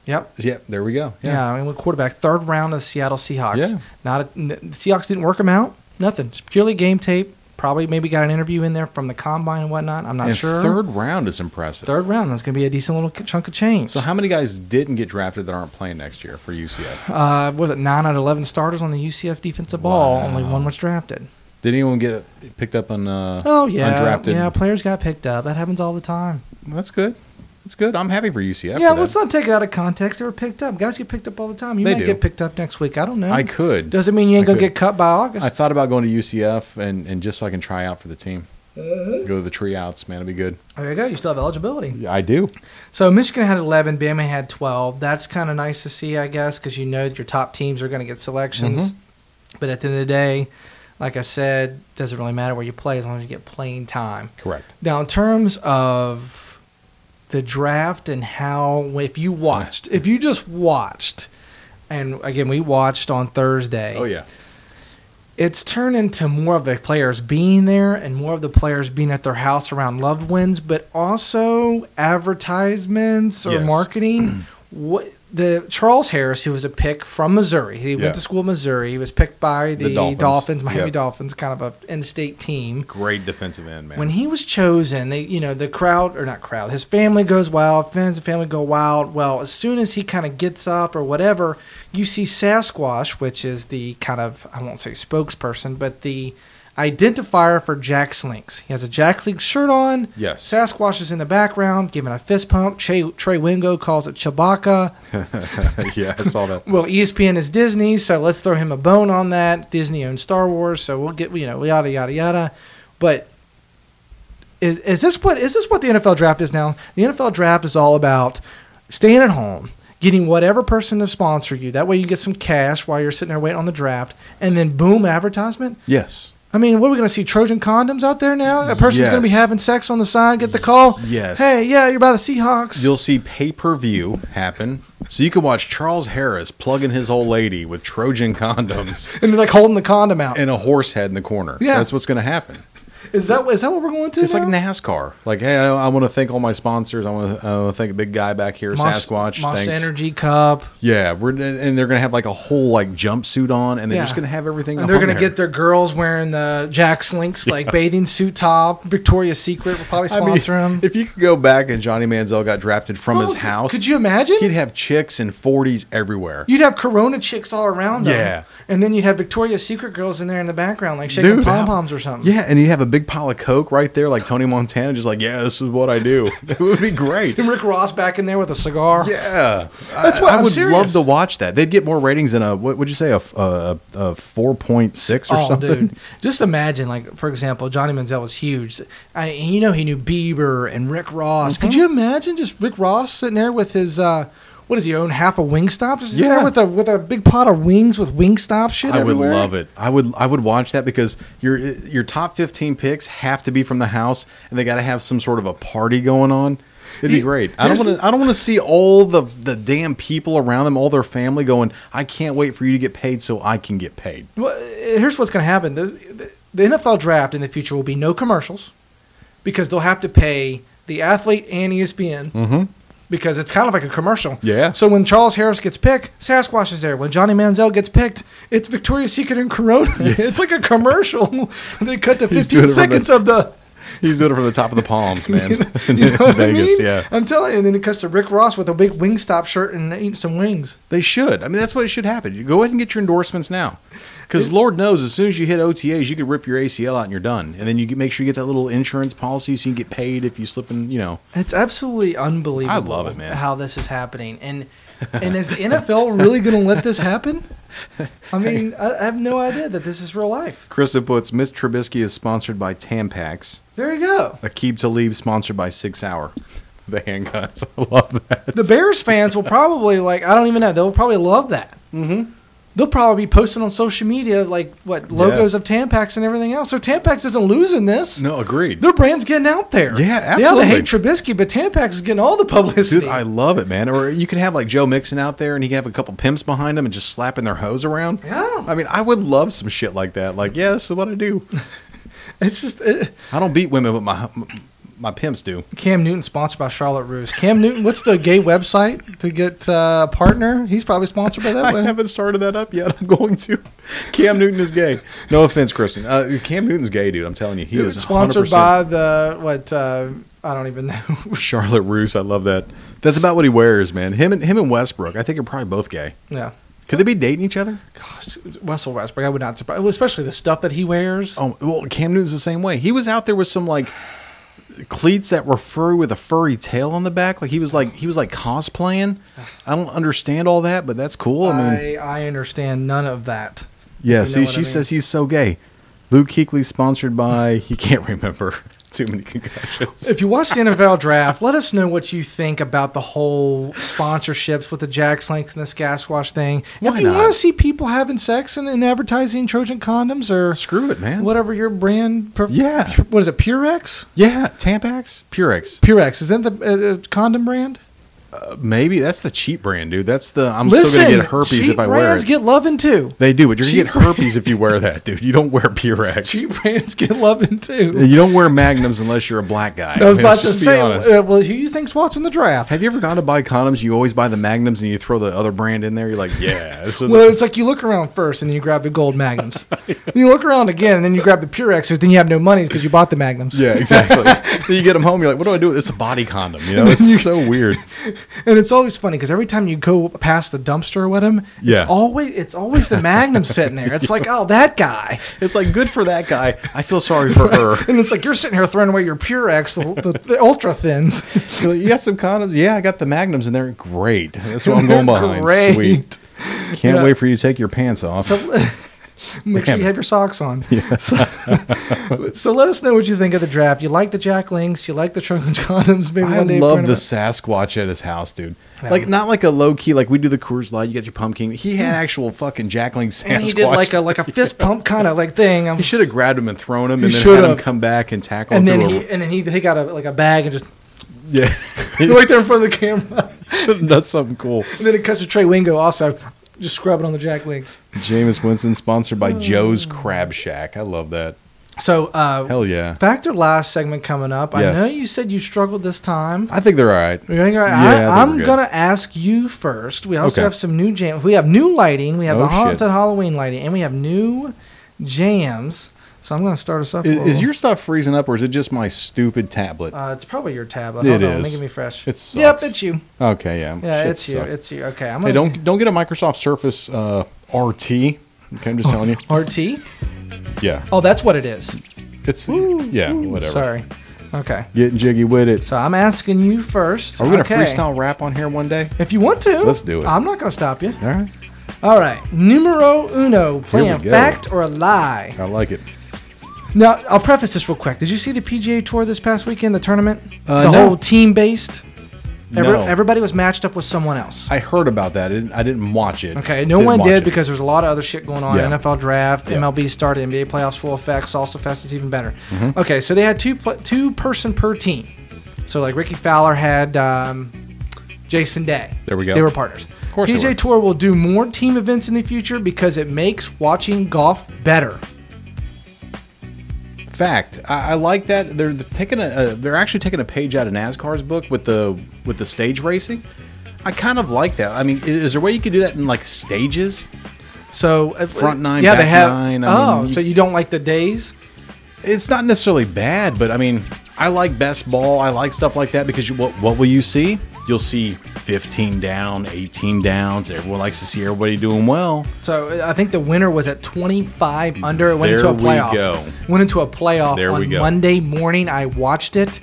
C: Yep.
B: Yep, there we go.
C: Yeah. I mean, went quarterback, third round of the Seattle Seahawks.
B: Yeah.
C: Not a, n- Seahawks didn't work him out. Nothing. Just purely game tape. Probably maybe got an interview in there from the combine and whatnot. I'm not
B: and
C: sure.
B: third round is impressive.
C: Third round. That's going to be a decent little chunk of change.
B: So how many guys didn't get drafted that aren't playing next year for UCF?
C: uh, was it nine out of eleven starters on the UCF defensive ball?
B: Wow.
C: Only one was drafted.
B: Did anyone get picked up on? Uh,
C: Oh yeah,
B: undrafted.
C: yeah. Players got picked up. That happens all the time.
B: That's good. That's good. I'm happy for UCF.
C: yeah,
B: for that.
C: let's not take it out of context. They were picked up. Guys get picked up all the time. You
B: They
C: might
B: do.
C: get picked up next week. I don't know.
B: I could.
C: Doesn't mean you ain't
B: I
C: gonna
B: could.
C: get cut by August.
B: I thought about going to UCF and, and just so I can try out for the team. Go to the tree outs, man. It'd be good.
C: there you go. You still have eligibility.
B: Yeah, I do.
C: So Michigan had 11, Bama had 12. That's kind of nice to see, I guess, because you know that your top teams are going to get selections. But at the end of the day, like I said, doesn't really matter where you play as long as you get playing time.
B: Correct.
C: Now, in terms of the draft and how, if you watched, if you just watched, and again, we watched on Thursday.
B: Oh yeah.
C: It's turned into more of the players being there and more of the players being at their house around loved ones, but also advertisements or
B: Yes.
C: marketing. what the Charles Harris, who was a pick from Missouri, he
B: Yeah.
C: went to school in Missouri. He was picked by the,
B: The Dolphins.
C: Dolphins. Miami
B: Yep.
C: Dolphins, kind of a in-state team
B: Great defensive end, man.
C: when he was chosen, they you know the crowd or not crowd, his family goes wild, fans and family go wild. Well, as soon as he kind of gets up or whatever, you see Sasquatch, which is the kind of I won't say spokesperson, but the identifier for Jack Slinks. He has a Jack Slinks shirt on.
B: Yes.
C: Sasquatch is in the background giving a fist pump. Trey, Trey Wingo calls it Chewbacca.
B: yeah, I saw that.
C: Well, E ESPN is Disney, so let's throw him a bone on that. Disney owns Star Wars, so we'll get you know yada yada yada. But is, is this what is this what the NFL draft is now? The NFL draft is all about staying at home, getting whatever person to sponsor you. That way you get some cash while you're sitting there waiting on the draft, and then boom, advertisement.
B: Yes.
C: I mean, what are we going to see? Trojan condoms out there now? A person's going to be
B: Yes.
C: having sex on the side, get the call.
B: Yes.
C: Hey, yeah, you're by the Seahawks.
B: You'll see pay per view happen. So you can watch Charles Harris plugging his old lady with Trojan condoms
C: and they're like holding the condom out.
B: and a horse head in the corner.
C: Yeah.
B: That's what's going to happen.
C: Is that is that what we're going to?
B: It's
C: now?
B: like NASCAR. Like, hey, I, I want to thank all my sponsors. I want to uh, thank the big guy back here,
C: Moss-
B: Sasquatch.
C: Moss
B: Thanks.
C: Energy Cup.
B: Yeah, we're and they're gonna have like a whole like jumpsuit on, and they're
C: Yeah.
B: just gonna have everything.
C: And they're
B: on
C: going to
B: Oh, there.
C: get their girls wearing the Jack Slinks, like bathing suit top. Victoria's Secret will probably
B: I mean,
C: sponsor them.
B: If you could go back and Johnny Manziel got drafted from his house,
C: Could you imagine?
B: He'd have chicks in 40s everywhere.
C: You'd have Corona chicks all around them.
B: Yeah.
C: And then you'd have Victoria's Secret girls in there in the background, like shaking
B: Dude,
C: pom
B: how-
C: poms or something.
B: Yeah, and he'd have a big pile of coke right there, like Tony Montana, just like, yeah, this is what I do. it would be great.
C: And Rick Ross back in there with a cigar.
B: Yeah,
C: That's
B: I-
C: what-
B: I
C: I'm
B: would
C: serious.
B: love to watch that. They'd get more ratings than a what would you say a f- a, a four point six or
C: oh,
B: something.
C: dude. Just imagine, like, for example, Johnny Manziel was huge. I, and you know, he knew Bieber and Rick Ross.
B: Mm-hmm.
C: Could you imagine just Rick Ross sitting there with his, uh, what does he own? Half a Wingstop? Just sitting there
B: Yeah.
C: with a, with a big pot of wings with Wingstop shit
B: I
C: everywhere.
B: would love it. I would I would watch that because your your top fifteen picks have to be from the house, and they got to have some sort of a party going on. It'd be
C: You-
B: great. I don't
C: here's
B: want to. I don't want to see all the the damn people around them, all their family, going. I can't wait for you to get paid, so I can get paid.
C: Well, uh, here's what's going to happen: the, the the NFL draft in the future will be no commercials because they'll have to pay the athlete and E ESPN because it's kind of like a commercial.
B: Mm-hmm. Yeah.
C: So when Charles Harris gets picked, Sasquatch is there. When Johnny Manziel gets picked, it's Victoria's Secret and Corona. It's like a commercial. they cut the
B: He's doing it
C: 15
B: from the-
C: seconds of the.
B: He's doing it from the top of the palms, man.
C: You know what
B: Vegas,
C: I mean?
B: yeah.
C: I'm telling you, and then it cuts to Rick Ross with a big Wingstop shirt and eating some wings.
B: They should. I mean, that's what should happen. You go ahead and get your endorsements now, because Lord knows, as soon as you hit OTAs, you could rip your ACL out and you're done. And then you get, make sure you get that little insurance policy so you can get paid if you slip in. You know,
C: It's absolutely unbelievable.
B: I love it, man.
C: How this is happening, and and is the NFL really going to let this happen? I mean, I, I have no idea that this is real life.
B: Krista puts Mitch Trubisky is sponsored by Tampax.
C: There you go.
B: Akib Talib sponsored by Six Hour. The handguns. I love that.
C: The Bears fans will probably like. I don't even know. They'll probably love that. Mm-hmm. They'll probably be posting on social media like what logos of Tampax and everything else. So Tampax isn't losing this.
B: No, agreed.
C: Their brand's getting out there.
B: Yeah,
C: Yeah, they hate Trubisky, but Tampax is getting all the publicity.
B: Dude, I love it, man. Or you could have like Joe Mixon out there and he could have a couple pimps behind him and just slapping their hose around.
C: Yeah.
B: I mean, I would love some shit like that. Like, yeah, this is what I do.
C: it's just it,
B: I don't beat women, but my my pimps do.
C: Cam Newton sponsored by Charlotte Russe. Cam Newton, what's the gay website to get uh, a partner? He's probably sponsored by that
B: I
C: one.
B: haven't started that up yet. I'm going to. Cam Newton is gay. No offense, Kristen. Uh, Cam Newton's gay, dude. I'm telling you, he is
C: sponsored
B: 100%.
C: by the what? Uh, I don't even know.
B: Charlotte Roos. I love that. That's about what he wears, man. Him and him and Westbrook. I think are probably both gay.
C: yeah.
B: Could they be dating each other?
C: Gosh, Russell Westbrook. I would not surprise, especially the stuff that he wears.
B: Oh well, Cam Newton's the same way. He was out there with some like cleats that were furry with a furry tail on the back. Like he was like he was like cosplaying. I don't understand all that, but that's cool. I mean,
C: I, I understand none of that.
B: yeah.
C: you know
B: See,
C: what I
B: she
C: mean.
B: says he's so gay. Luke Keekley sponsored by he can't remember too many concussions.
C: If you watch the NFL draft, let us know what you think about the whole sponsorships with the Jack Slinks and the Sasquatch thing.
B: Why
C: if you
B: not?
C: want to see people having sex and, and advertising Trojan condoms or
B: Screw it, man.
C: whatever your brand. Pref-
B: Yeah.
C: What is it? Purex.
B: Yeah, Tampax, Purex.
C: Purex isn't the uh, uh, condom brand.
B: Uh, maybe that's the cheap brand, dude. That's the I'm still gonna get herpes
C: cheap
B: if I wear
C: brands
B: it.
C: get loving too.
B: They do, but you're gonna
C: Cheap
B: get herpes if you wear that, dude. You don't wear Purex.
C: Cheap brands get loving too.
B: You don't wear magnums unless you're a black guy.
C: I was
B: mean, let's
C: about to
B: just be
C: say.
B: honest.
C: Uh, well, who you think's watching the draft?
B: Have you ever gone to buy condoms? You always buy the magnums and you throw the other brand in there. You're like, yeah. This is
C: well, it's like you look around first and then you grab the gold magnums. Then you look around again and then you grab the Purexes. Then you have no money because you bought the magnums.
B: yeah, exactly. then you get them home. You're like, what do I do? with this? It's a body condom. You know, it's so weird.
C: And it's always funny because every time you go past the dumpster with him,
B: Yeah.
C: it's always it's always the magnum sitting there. It's like, oh, that guy.
B: It's like good for that guy. I feel sorry for her.
C: And it's like you're sitting here throwing away your Purex, the, the, the ultra thins.
B: You're like, you got some condoms? Yeah, I got the magnums in there. Great. That's what I'm going behind.
C: Great.
B: Sweet. Can't
C: Yeah.
B: wait for you to take your pants off.
C: So Make sure
B: Damn
C: you
B: it.
C: have your socks on.
B: Yes.
C: So let us know what you think of the draft. You like the Jack Links? You like the Trunken Condoms? Maybe
B: I
C: one day
B: love
C: print
B: the
C: 'em out.
B: Sasquatch at his house, dude.
C: Yeah.
B: Like not like a low key, like we do the Coors Light. You get your pumpkin. He had actual fucking Jackling Sasquatch.
C: And he did like a like a fist pump kind of like thing. I'm-
B: He should have grabbed him and thrown him,
C: He
B: and then
C: should
B: had him
C: have.
B: come back and tackle
C: and
B: him.
C: then
B: through
C: he and then he he got a like a bag and just
B: a, yeah,
C: right there in front of the camera.
B: that's something cool.
C: And then it cuts to Trey Wingo also just scrubbing on the Jack Links.
B: Jameis Winston, sponsored by Joe's Crab Shack. I love that.
C: So uh,
B: Hell yeah.
C: back to last segment coming up.
B: Yes.
C: I know you said you struggled this time.
B: I think they're all right.
C: We're gonna-
B: Yeah, I think
C: I, am
B: we're good.
C: gonna ask you first. We also
B: Okay.
C: have some new jams. We have new lighting. We have
B: Oh,
C: the
B: shit.
C: haunted Halloween lighting, and we have new jams. So I'm gonna start us off. a
B: Is,
C: little-
B: is your stuff freezing up, or is it just my stupid tablet?
C: Uh, it's probably your tab. Hold
B: It
C: on, Let me
B: is.
C: give me fresh.
B: It sucks.
C: Yep, it's you.
B: okay, yeah.
C: Yeah,
B: Shit
C: it's you.
B: sucks.
C: It's you. Okay, I'm gonna
B: hey, don't don't get a Microsoft Surface uh, RT. Okay, I'm just telling you.
C: RT.
B: Yeah,
C: Oh, that's what it is.
B: it's yeah, whatever.
C: Sorry. Okay.
B: Getting jiggy with it.
C: So I'm asking you first.
B: Are we gonna
C: Okay.
B: freestyle rap on here one day?
C: If you want to,
B: Let's do it.
C: I'm not gonna stop you.
B: All right,
C: All right. Numero uno. Playing
B: go.
C: fact or a lie.
B: I like it.
C: Now, I'll preface this real quick. Did you see the PGA Tour this past weekend, the tournament?
B: Uh,
C: the
B: no.
C: whole team based? Every,
B: No.
C: Everybody was matched up with someone else.
B: I heard about that. I didn't, I didn't watch it.
C: Okay, no
B: Didn't
C: one
B: watch
C: did
B: it.
C: because there was a lot of other shit going on.
B: Yeah.
C: NFL draft,
B: Yeah.
C: MLB started, NBA playoffs full effect, Salsa Fest is even better.
B: Mm-hmm.
C: Okay, so they had two pl- two person per team. So like Ricky Fowler had um, Jason Day.
B: There we go.
C: They were partners. Of
B: course they
C: PJ
B: were.
C: Tour will do more team events in the future because it makes watching golf better.
B: fact. I, I like that they're taking a, a they're actually taking a page out of NASCAR's book with the with the stage racing. I kind of like that. I mean, i- is there a way you could do that in like stages?
C: So uh,
B: Front nine,
C: yeah,
B: back
C: they have.
B: nine, I
C: oh,
B: mean,
C: so you don't like the days?
B: It's not necessarily bad, but I mean, I like best ball. I like stuff like that because you, what what will you see? You'll see 15 down, 18 downs. Everyone likes to see everybody doing well.
C: So uh, I think the winner was at 25 under. It went
B: There
C: into a
B: we
C: playoff.
B: go.
C: Went into a playoff
B: There
C: on
B: we go.
C: Monday morning. I watched it.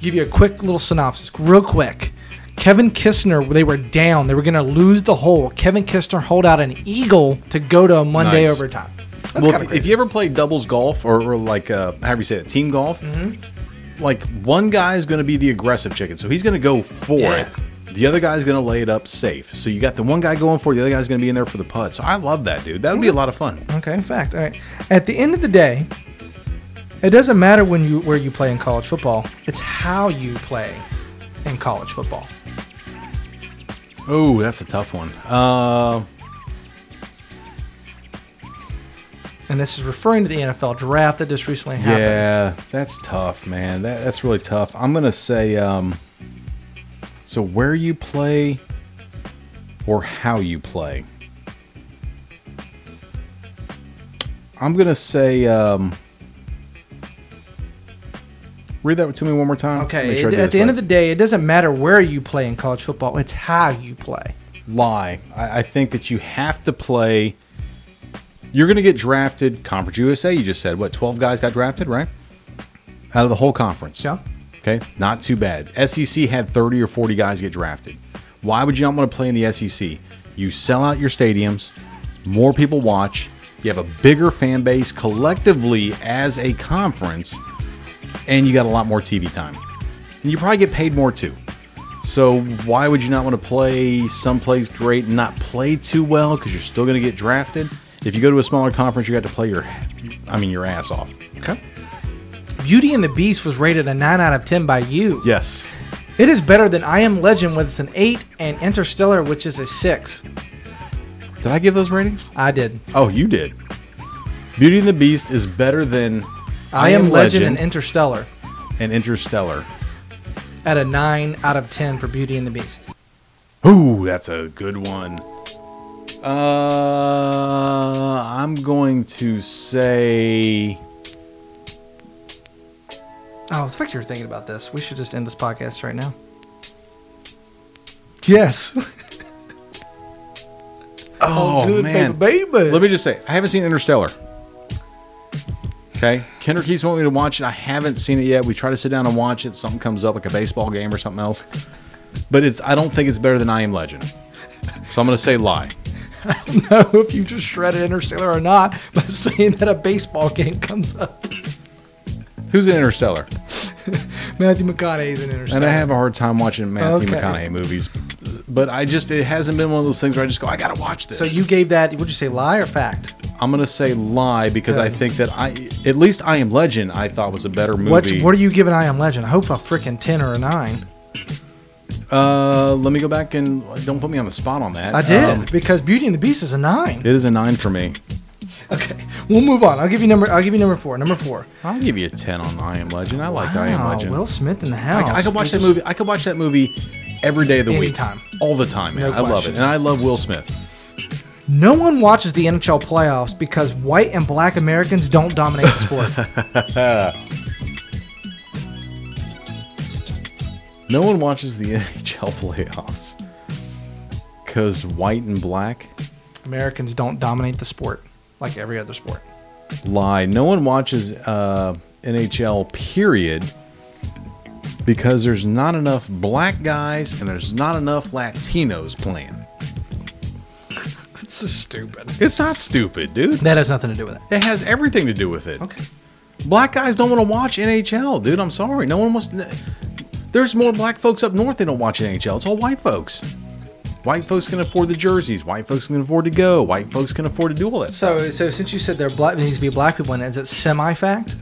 C: Give you a quick little synopsis, real quick. Kevin Kistner, they were down. They were going to lose the hole. Kevin Kistner hold out an eagle to go to a Monday
B: Nice.
C: overtime. That's
B: well,
C: kinda
B: if,
C: crazy.
B: if you ever play doubles golf or, or like uh, however you say it, team golf,
C: Mm-hmm.
B: like one guy is going to be the aggressive chicken, so he's going to go for
C: Yeah.
B: it. The other guy's going to lay it up safe. So you got the one guy going for it, the other guy's going to be in there for the putt. So I love that, dude. That would be a lot of fun.
C: Okay, in fact. All right. At the end of the day, it doesn't matter when you where you play in college football. It's how you play in college football.
B: Oh, that's a tough one. Uh,
C: And this is referring to the NFL draft that just recently happened.
B: yeah, that's tough, man. That, that's really tough. I'm going to say um, so where you play or how you play. I'm going to say. Um, read that to me one more time.
C: Okay.
B: Make sure I
C: it-
B: did
C: at
B: this
C: the end
B: right.
C: of the day, it doesn't matter where you play in college football. It's how you play.
B: lie. I, I think that you have to play. You're going to get drafted. Conference USA, you just said what? Twelve guys got drafted, right? Out of the whole conference.
C: Yeah.
B: Okay, not too bad. SEC had 30 or 40 guys get drafted. Why would you not want to play in the SEC? You sell out your stadiums, more people watch, you have a bigger fan base collectively as a conference, and you got a lot more TV time. And you probably get paid more too. So why would you not want to play someplace great and not play too well because you're still going to get drafted? If you go to a smaller conference, you got to play your, I mean, your ass off.
C: Okay. Beauty and the Beast was rated a 9 out of 10 by you.
B: Yes.
C: It is better than I Am Legend, which is an 8, and Interstellar, which is a 6.
B: Did I give those ratings?
C: I did.
B: Oh, you did. Beauty and the Beast is better than
C: I, Am, Legend and Interstellar.
B: and Interstellar.
C: at a 9 out of 10 for Beauty and the Beast.
B: Ooh, that's a good one. Uh, I'm going to say
C: Oh, the fact you were thinking about this, we should just end this podcast right now. Yes.
B: Oh, man.
C: baby. baby.
B: Let me just say, I haven't seen Interstellar. Okay, Kendra keeps wanting me to watch it. I haven't seen it yet. We try to sit down and watch it. Something comes up, like a baseball game or something else. But it's—I don't think it's better than I Am Legend. So I'm going to say lie.
C: I don't know if you just shredded Interstellar or not, but saying that a baseball game comes up.
B: Who's in Interstellar?
C: Matthew McConaughey's in Interstellar.
B: And I have a hard time watching Matthew
C: Okay.
B: McConaughey movies, but I just it hasn't been one of those things where I just go, I gotta watch this.
C: so you gave that, would you say lie or fact?
B: I'm gonna say lie because I
C: Good.
B: think that I at least I Am Legend I thought was a better movie.
C: What's, what are you giving I Am Legend? I hope a freaking 10 or a 9.
B: uh, let me go back and don't put me on the spot on that.
C: I did,
B: Um,
C: because Beauty and the Beast is a 9.
B: it is a nine for me.
C: Okay, we'll move on. I'll give you number. I'll give you number four. Number four.
B: I'll give you a ten on I Am Legend. I liked I Am
C: Wow,
B: Legend.
C: Will Smith in the house.
B: I, I could watch
C: Dude,
B: that movie. I could watch that movie every day of the
C: Anytime.
B: week, all the time. Man.
C: No
B: I love
C: question.
B: it, and I love Will Smith.
C: No one watches the NHL playoffs because white and black Americans don't dominate the sport.
B: No one watches the NHL playoffs because white and black
C: Americans don't dominate the sport like every other sport.
B: lie. No one watches uh, NHL period because there's not enough black guys and there's not enough Latinos playing.
C: It's so stupid.
B: It's not stupid, dude.
C: That has nothing to do with it.
B: It has everything to do with it.
C: Okay.
B: Black guys don't want to watch NHL, dude. I'm sorry. No one wants. There's more black folks up north. They don't watch NHL. It's all white folks. White folks can afford the jerseys. White folks can afford to go. White folks can afford to do all that stuff.
C: So, so since you said there, black, there needs to be black people in it, is it semi-fact?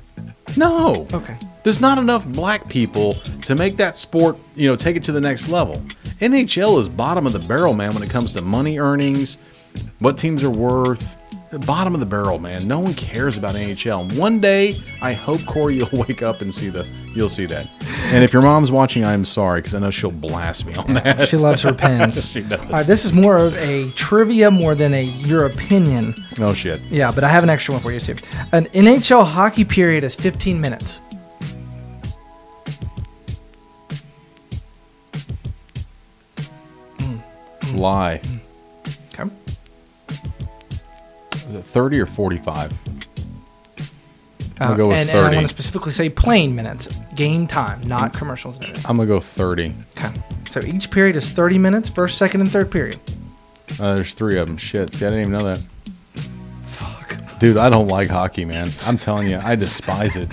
B: No.
C: Okay.
B: There's not enough black people to make that sport, you know, take it to the next level. NHL is bottom of the barrel, man, when it comes to money earnings, what teams are worth. The Bottom of the barrel, man. No one cares about NHL. And One day, I hope Corey, you'll wake up and see the, you'll see that. And if your mom's watching, I'm sorry because I know she'll blast me on that.
C: She loves her pens.
B: She does.
C: All right, this is more of a trivia more than a your opinion.
B: Oh shit.
C: Yeah, but I have an extra one for you too. An NHL hockey period is 15 minutes.
B: Lie.
C: Okay.
B: Is it 30 or 45? I'll go with
C: Uh, and, and I
B: 30.
C: want to specifically say playing minutes, game time, not commercials. and everything.
B: I'm gonna go 30.
C: Okay. So each period is 30 minutes, first, second, and third period.
B: Uh, there's three of them. Shit. See, I didn't even know that. Fuck. Dude, I don't like hockey, man. I'm telling you, I despise it.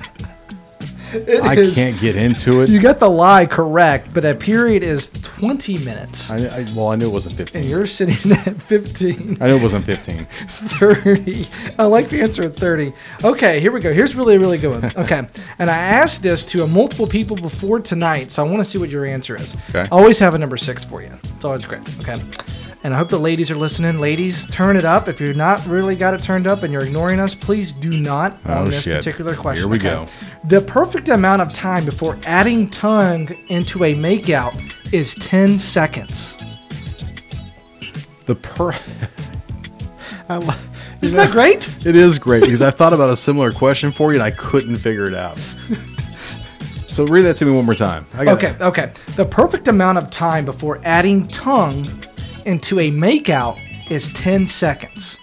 B: I can't get into it.
C: You got the lie correct, but a period is 20 minutes.
B: I, I, well, I knew it wasn't
C: and
B: 15.
C: you're sitting at 15,
B: I knew it wasn't 15.
C: 30. I like the answer at 30. Okay, here we go. Here's really, really good one. Okay. and I asked this to a multiple people before tonight, so I want to see what your answer is.
B: Okay.
C: I always have a number six for you. It's always great. Okay. And I hope the ladies are listening. Ladies, turn it up. If you're not really got it turned up and you're ignoring us, please do not
B: Oh,
C: on this
B: shit.
C: particular question.
B: Here we
C: okay?
B: go.
C: The perfect amount of time before adding tongue into a makeout is 10 seconds.
B: The per. I lo-
C: Isn't that great?
B: It is great because I thought about a similar question for you and I couldn't figure it out. So read that to me one more time. I got
C: Okay, okay. The perfect amount of time before adding tongue into a makeout is 10 seconds.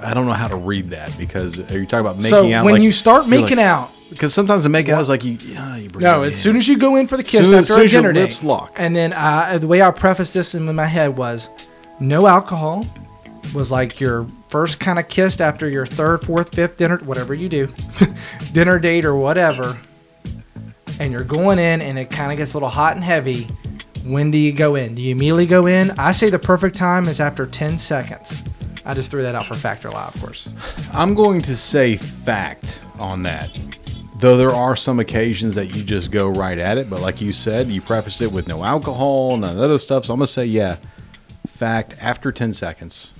B: I don't know how to read that because are you talking about making
C: so
B: out?
C: when you start making out,
B: because sometimes the making out is like you. Yeah, you bring
C: no,
B: it
C: as
B: in.
C: soon as you go in for the kiss
B: Soon-
C: after
B: soon
C: a
B: as your
C: dinner date,
B: lips lock.
C: And then uh, the way I prefaced this in my head was, no alcohol was like your first kind of kiss after your third, fourth, fifth dinner, whatever you do, dinner date or whatever. And you're going in, and it kind of gets a little hot and heavy. When do you go in? Do you immediately go in? I say the perfect time is after 10 seconds. I just threw that out for factor lie, of course.
B: I'm going to say fact on that. Though there are some occasions that you just go right at it, but like you said, you prefaced it with no alcohol, none of that other stuff. So I'm gonna say yeah, fact after 10 seconds.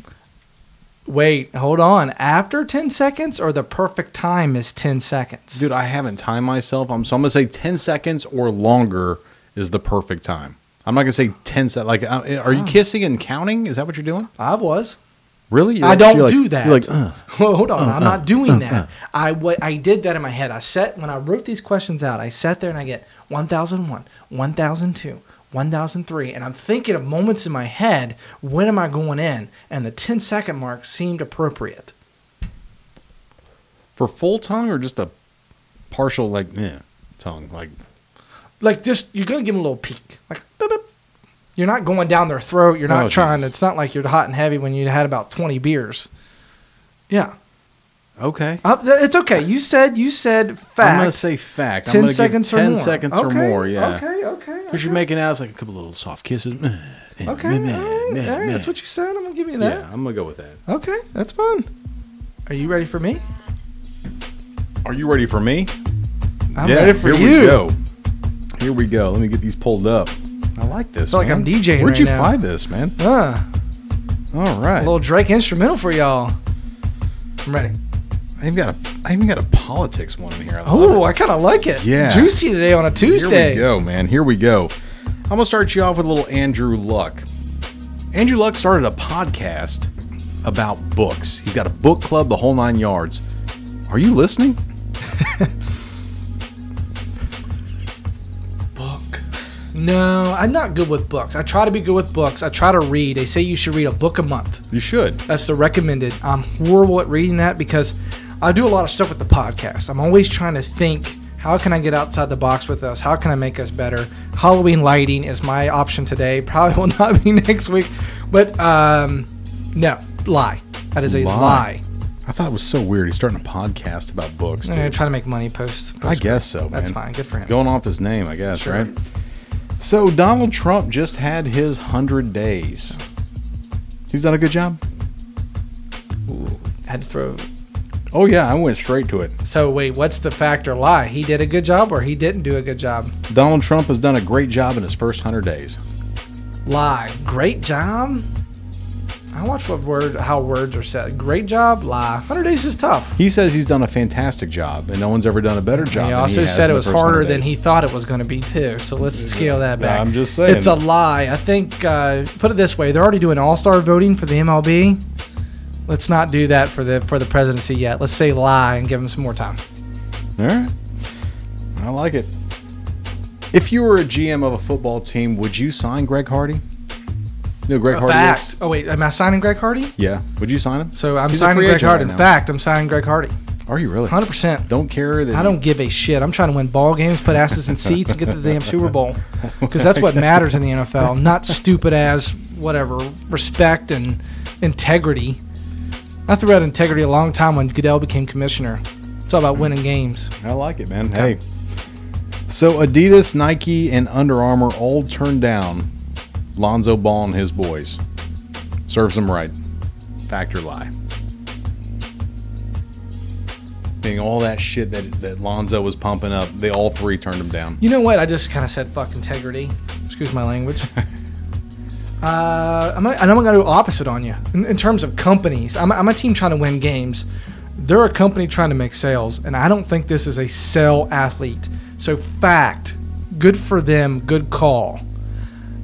C: Wait, hold on. After 10 seconds, or the perfect time is 10 seconds?
B: Dude, I haven't timed myself. I'm so I'm gonna say 10 seconds or longer is the perfect time. I'm not gonna say 10 sec. Like, uh, are
C: Oh.
B: you kissing and counting? Is that what you're doing?
C: I was.
B: Really? You're
C: I
B: like-
C: don't
B: you're like-
C: do that.
B: You're like, uh, "Ugh."
C: Well, hold on, I'm not doing
B: uh,
C: that. I wa- I did that in my head. I set when I wrote these questions out. I sat there and I get 1001, 1002, 1003, and I'm thinking of moments in my head. When am I going in? And the 10 second mark seemed appropriate.
B: for full tongue or just a partial like eh, tongue like.
C: Like just you're gonna give them a little peek, like boop, boop. You're not going down their throat. You're not
B: Oh,
C: trying.
B: Jesus.
C: It's not like you're hot and heavy when you had about 20 beers. Yeah,
B: Okay.
C: Uh, th- it's okay. You said you said
B: I'm gonna
C: fact.
B: say fact. I'm
C: 10
B: gonna give
C: seconds or
B: ten
C: more.
B: seconds or
C: Okay,
B: more. Yeah.
C: Okay. Okay.
B: Because you're
C: okay.
B: making out it's like a couple little soft kisses. Okay.
C: Okay, all right, all right, that's what you said. I'm gonna give you that.
B: Yeah, I'm gonna go with that.
C: Okay, that's fun. Are you ready for me?
B: Are you ready for me?
C: I'm
B: yeah,
C: ready for
B: here
C: you.
B: we go. Here we go. Let me get these pulled up. I like this.
C: It's like
B: man.
C: I'm DJing
B: Where'd
C: right
B: you
C: now.
B: find this, man?
C: Uh,
B: All right.
C: a little Drake instrumental for y'all. I'm ready.
B: I even got a I even got a politics one in here. I love
C: Oh,
B: it.
C: I kind of like it.
B: Yeah.
C: Juicy today on a Tuesday.
B: Here we go, man. Here we go. I'm gonna start you off with a little Andrew Luck. Andrew Luck started a podcast about books. He's got a book club, the whole nine yards. Are you listening? books.
C: No, I'm not good with books. I try to be good with books. I try to read. They say you should read a book a month.
B: You should.
C: That's the recommended. I'm horrible at reading that because I do a lot of stuff with the podcast. I'm always trying to think how can I get outside the box with us? How can I make us better? Halloween lighting is my option today. Probably will not be next week. But um, no, lie. That is a
B: Lie.
C: lie.
B: I thought it was so weird. He's starting a podcast about books.
C: I'm going
B: dude.
C: to try to make money post.
B: I
C: post-
B: guess so, man.
C: That's fine. Good for him.
B: Going off his name, I guess, right? So Donald Trump just had his hundred days. He's done a good job.
C: Ooh, had to throw.
B: Oh yeah, I went straight to it.
C: So wait, what's the fact or lie? He did a good job or he didn't do a good job?
B: Donald Trump has done a great job in his first hundred days.
C: Lie. Great job. I watch what word how words are said. Great job. Lie. Hundred days is tough.
B: He says he's done a fantastic job, and no one's ever done a better job.
C: he
B: than
C: also
B: has
C: said
B: in
C: it
B: the
C: was
B: first
C: harder
B: 100
C: than he
B: days.
C: thought it was going to be too. So let's scale that
B: Yeah,
C: back.
B: I'm just saying.
C: It's a lie. I think. Uh, put it this way: they're already doing All Star voting for the MLB. Let's not do that for the for the presidency yet. Let's say lie and give him some more time.
B: All right, I like it. If you were a GM of a football team, would you sign Greg Hardy? No, Greg
C: A
B: Hardy.
C: fact.
B: Is?
C: Oh wait, am I signing Greg Hardy?
B: Yeah, would you sign him?
C: So I'm
B: He's a
C: signing
B: free
C: Greg
B: agent
C: Hardy.
B: right
C: In
B: now.
C: fact, I'm signing Greg Hardy.
B: Are you really?
C: Hundred percent.
B: Don't care that
C: I
B: he-
C: don't give a shit. I'm trying to win ball games, put asses in seats, and get to the damn Super Bowl because that's what matters in the NFL. Not stupid ass whatever respect and integrity. I threw out integrity a long time when Goodell became commissioner. It's all about winning games.
B: I like it, man. Hey. So Adidas, Nike, and Under Armour all turned down Lonzo Ball and his boys. Serves them right. Factor lie. Being all that shit that, that Lonzo was pumping up, they all three turned him down.
C: You know what? I just kind of said fuck integrity. Excuse my language. uh, I'm, and I'm going to do opposite on you in, in terms of companies. I'm, I'm a team trying to win games. They're a company trying to make sales, and I don't think this is a sell athlete. So, fact, good for them, good call.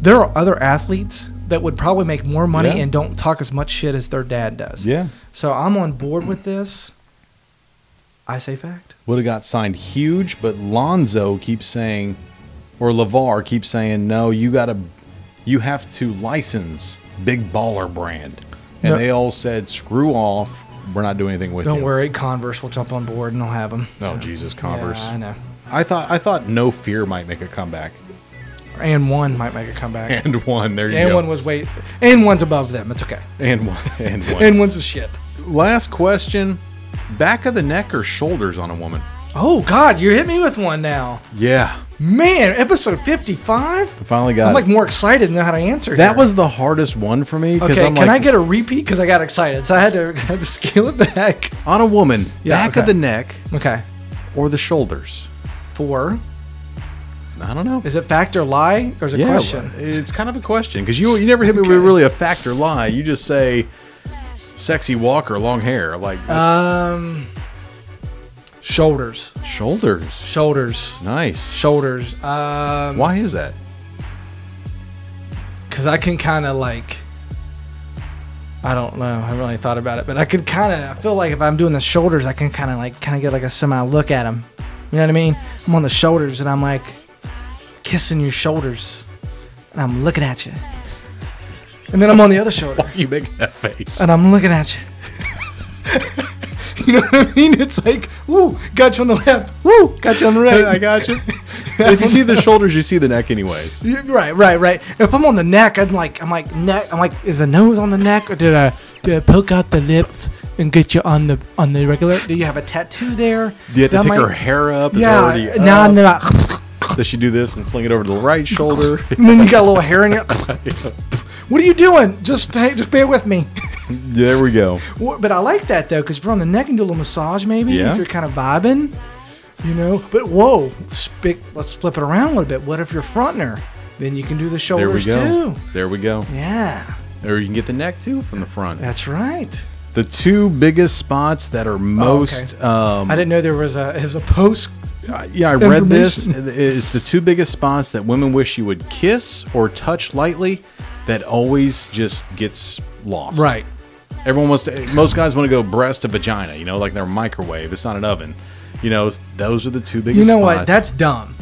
C: There are other athletes that would probably make more money
B: Yeah.
C: and don't talk as much shit as their dad does.
B: Yeah.
C: So, I'm on board with this. I say fact.
B: Would have got signed huge, but Lonzo keeps saying, or LeVar keeps saying, no, you got to, you have to license Big Baller Brand. And
C: No.
B: they all said, screw off. We're not doing anything with
C: Don't
B: you.
C: worry, Converse will jump on board and I'll have them.
B: Oh, Jesus, Converse.
C: Yeah, I know.
B: I thought I thought No Fear might make a comeback,
C: And one might make a comeback.
B: and one. There you
C: and
B: go.
C: one was wait. And one's above them. It's okay.
B: and one. And one.
C: And one's a shit.
B: Last question: back of the neck or shoulders on a woman?
C: Oh God, you hit me with one now,
B: Yeah,
C: man. Episode fifty-five.
B: I finally got.
C: I'm like
B: it.
C: more excited than how to answer.
B: that
C: here.
B: was the hardest one for me because
C: okay.
B: I'm
C: can
B: like
C: I get a repeat? Because I got excited, so I had to, I had to scale it back.
B: on a woman,
C: Yeah,
B: back of
C: okay.
B: the neck
C: Okay.
B: or the shoulders.
C: Four.
B: I don't know.
C: Is it fact or lie? Or is it
B: yeah,
C: question?
B: it's kind of a question because you you never hit me with
C: Okay.
B: really a fact or lie. You just say, "Sexy walk or long hair." Like that's
C: Um. Shoulders.
B: shoulders.
C: Shoulders.
B: Nice.
C: Shoulders. Um.
B: Why is that?
C: because I can kind of like, I don't know, I haven't really thought about it, but I could kind of, I feel like if I'm doing the shoulders, I can kind of like, kind of get like a semi look at him. You know what I mean? I'm on the shoulders and I'm like kissing your shoulders and I'm looking at you. And then I'm on the other shoulder
B: You make that face.
C: and I'm looking at you. you know what I mean? It's like, ooh, got you on the left, ooh, got you on the right.
B: I got you. if you see the shoulders, you see the neck, anyways.
C: Yeah, Right, right, right. If I'm on the neck, I'm like, I'm like neck. I'm like, is the nose on the neck, or did I, did I poke out the lips and get you on the on the regular? Do you have a tattoo there?
B: You have to
C: That
B: pick
C: might-
B: her hair up. It's
C: Yeah. uh,
B: already up.
C: Now I'm not.
B: Does she do this and fling it over to the right shoulder?
C: And then you got a little hair in your. what are you doing? Just hey, just bear with me.
B: there we go.
C: Wha- But I like that though, because if you're on the neck and do a little massage, maybe
B: Yeah.
C: if you're kind of vibing, you know. But whoa, spick, let's flip it around a little bit. What if you're fronting her? Then you can do the
B: There we
C: shoulders
B: go.
C: too.
B: There we go.
C: Yeah,
B: Or you can get the neck too from the front.
C: that's right.
B: The two biggest spots that
C: Oh,
B: are most. um,
C: I didn't know there was a it was a post.
B: I- yeah, I read this.
C: Information.
B: It's the two biggest spots that women wish you would kiss or touch lightly that always just gets lost.
C: Right.
B: Everyone wants to, most guys want to go breast to vagina, you know, like they're microwave. It's not an oven. You know, it's- those are the two
C: You
B: biggest
C: know
B: spots.
C: what? That's dumb.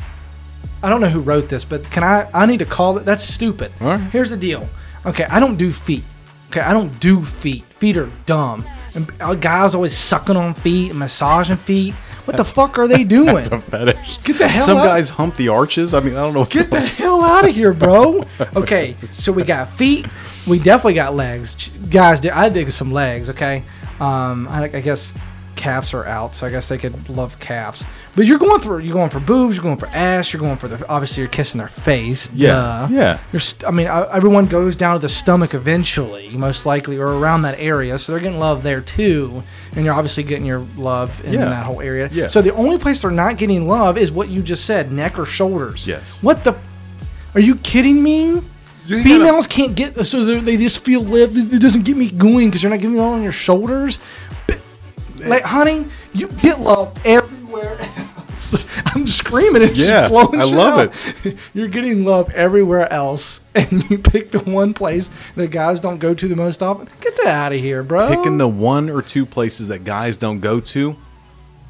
C: I don't know who wrote this, but can I? I need to call it. That's stupid.
B: All right.
C: Here's the deal. Okay, I don't do feet. Okay, I don't do feet. Feet are dumb. And uh, guys always sucking on feet and massaging feet. What the fuck are they doing?
B: It's a fetish.
C: Get the hell
B: Some
C: out-
B: guys hump the arches. I mean, I don't know what's
C: Get the
B: going on.
C: hell out of here, bro. Okay, so we got feet. We definitely got legs. Ch- Guys, di- I dig some legs, okay? Um, I, I guess calves are out, so I guess they could love calves. But you're going for you're going for boobs, you're going for ass, you're going for the obviously you're kissing their face.
B: Yeah,
C: duh.
B: yeah.
C: You're st- I mean, I, everyone goes down to the stomach eventually, most likely, or around that area. So they're getting love there too, and you're obviously getting your love in
B: Yeah.
C: that whole area.
B: Yeah.
C: So the only place they're not getting love is what you just said, neck or shoulders.
B: Yes.
C: What the? Are you kidding me?
B: You gotta-
C: Females can't get so they're- they just feel lift. It doesn't get me going because you're not giving me all on your shoulders. But, like, honey, you get love everywhere. else. I'm screaming and
B: Yeah,
C: just blowing
B: I
C: shit
B: love
C: out. You're getting love everywhere else, and you pick the one place that guys don't go to the most often. Get that out of here, bro.
B: Picking the one or two places that guys don't go to,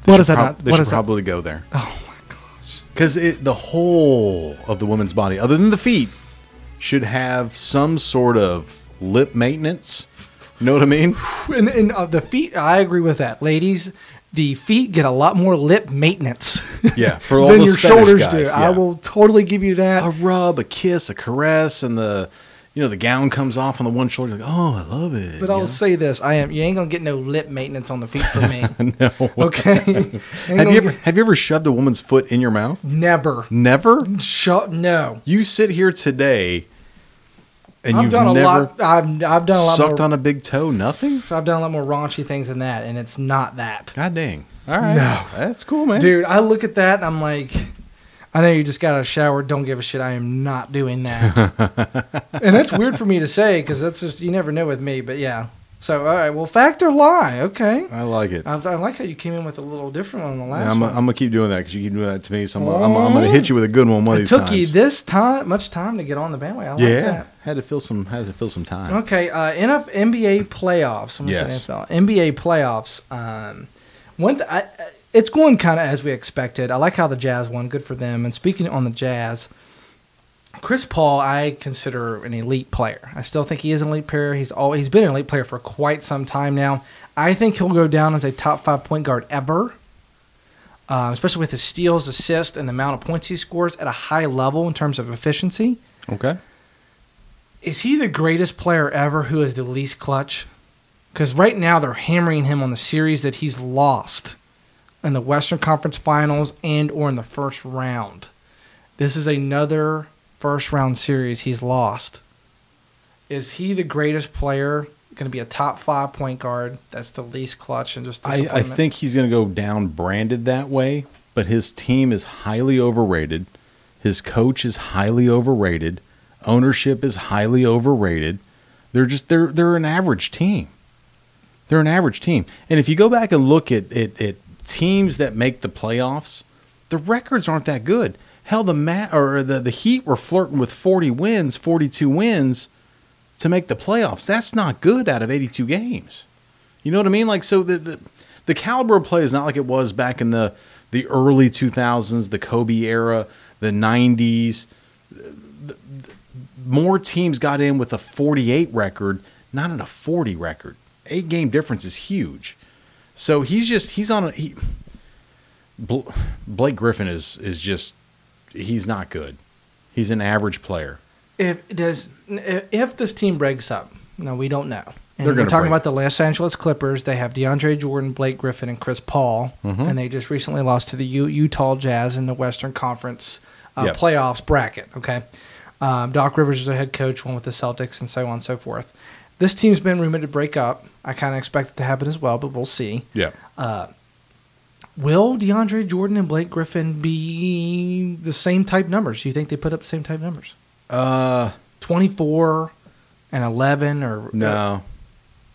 C: what is that?
B: prob-
C: not,
B: they
C: what
B: should
C: is that?
B: probably go there. Oh my gosh! Because the whole of the woman's body, other than the feet, should have some sort of lip maintenance. You know what I mean?
C: And, and uh, the feet, I agree with that, ladies. The feet get a lot more lip maintenance.
B: Yeah, for all
C: than
B: those
C: your
B: fetish
C: shoulders
B: guys,
C: do.
B: yeah. Oh,
C: I will totally give you that.
B: A rub, a kiss, a caress, and the you know the gown comes off on the one shoulder. Like, oh, I love it.
C: But
B: you
C: I'll
B: know?
C: say this: I am. You ain't gonna get no lip maintenance on the feet from me. no. Okay. Ain't
B: have
C: gonna
B: you ever
C: get-
B: have you ever shoved a woman's foot in your mouth?
C: Never.
B: Never.
C: Shut. No.
B: You sit here today, and
C: I've
B: you've
C: done a
B: never
C: lot. I've, I've done a lot
B: sucked
C: more.
B: on a big toe. Nothing.
C: I've done a lot more raunchy things than that, and it's not that.
B: God dang. All right.
C: No.
B: That's cool, man.
C: Dude, I look at that and I'm like, I know you just got out of shower. Don't give a shit. I am not doing that. and that's weird for me to say because that's just, you never know with me. But yeah. So, all right. Well, fact or lie? Okay.
B: I like it.
C: I, I like how you came in with a little different one on the last
B: Yeah, I'm,
C: one.
B: I'm gonna keep doing that because you keep doing that to me. So I'm, gonna- I'm, I'm gonna hit you with a good one one of
C: it
B: these
C: Oh. took
B: times.
C: you this time, much time to get on the bandwagon. I like
B: yeah,
C: that.
B: had to fill some had to fill some time.
C: Okay, uh, NF, NBA playoffs. I'm
B: Yes.
C: yes. NFL. NBA playoffs. Um, one, th- I, I- it's going kind of as we expected. I like how the Jazz won. Good for them. And speaking on the Jazz, Chris Paul, I consider an elite player. I still think he is an elite player. He's all he's been an elite player for quite some time now. I think he'll go down as a top five point guard ever. Uh, especially with his steals, assists, and the amount of points he scores at a high level in terms of efficiency
B: Okay.
C: is he the greatest player ever who is the least clutch? Because right now they're hammering him on the series that he's lost in the Western Conference Finals and or in the first round. This is another first round series he's lost. Is he the greatest player? Going to be a top five point guard that's the least clutch and just
B: I, I
C: disappointment?
B: think he's gonna go down branded that way, but his team is highly overrated. His coach is highly overrated. Ownership is highly overrated. They're just they're they're an average team. They're an average team. And if you go back and look at at, at teams that make the playoffs, the records aren't that good. Hell, the Mat or the, the Heat were flirting with 40 wins, 42 wins to make the playoffs. That's not good out of 82 games. You know what I mean? Like so the the, the caliber of play is not like it was back in the the early 2000s, the Kobe era, the 90s. More teams got in with a 48 record, not in a 40 record. 8 game difference is huge. So he's just he's on a he Bl- Blake Griffin is is just he's not good. He's an average player.
C: If does if this team breaks up, no, we don't know. And
B: They're
C: we're
B: gonna
C: talking
B: break.
C: about the Los Angeles Clippers. They have DeAndre Jordan, Blake Griffin, and Chris Paul,
B: Mhm.
C: and they just recently lost to the U- Utah Jazz in the Western Conference uh,
B: Yep.
C: playoffs bracket. Okay, um, Doc Rivers is their head coach, one with the Celtics, and so on and so forth. This team's been rumored to break up. I kind of expect it to happen as well, but we'll see.
B: Yeah.
C: Will DeAndre Jordan and Blake Griffin be the same type numbers? Do you think they put up the same type numbers?
B: Uh,
C: 24 and 11 or uh,
B: no,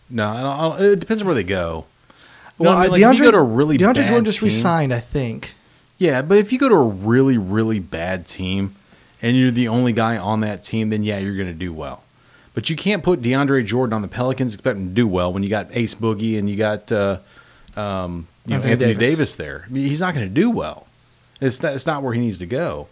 B: no. I don't, I don't- it depends on where they go.
C: Well,
B: No, I mean,
C: uh,
B: like, if you go to a really
C: DeAndre
B: bad
C: Jordan just
B: team-
C: resigned, I think.
B: Yeah, but if you go to a really, really bad team and you're the only guy on that team, then yeah, you're going to do well. But you can't put DeAndre Jordan on the Pelicans expecting to do well when you got Ace Boogie and you got uh, um, you know,
C: Anthony
B: Anthony
C: Davis.
B: Davis. there. I mean, he's not going to do well. It's not, it's not where he needs to go.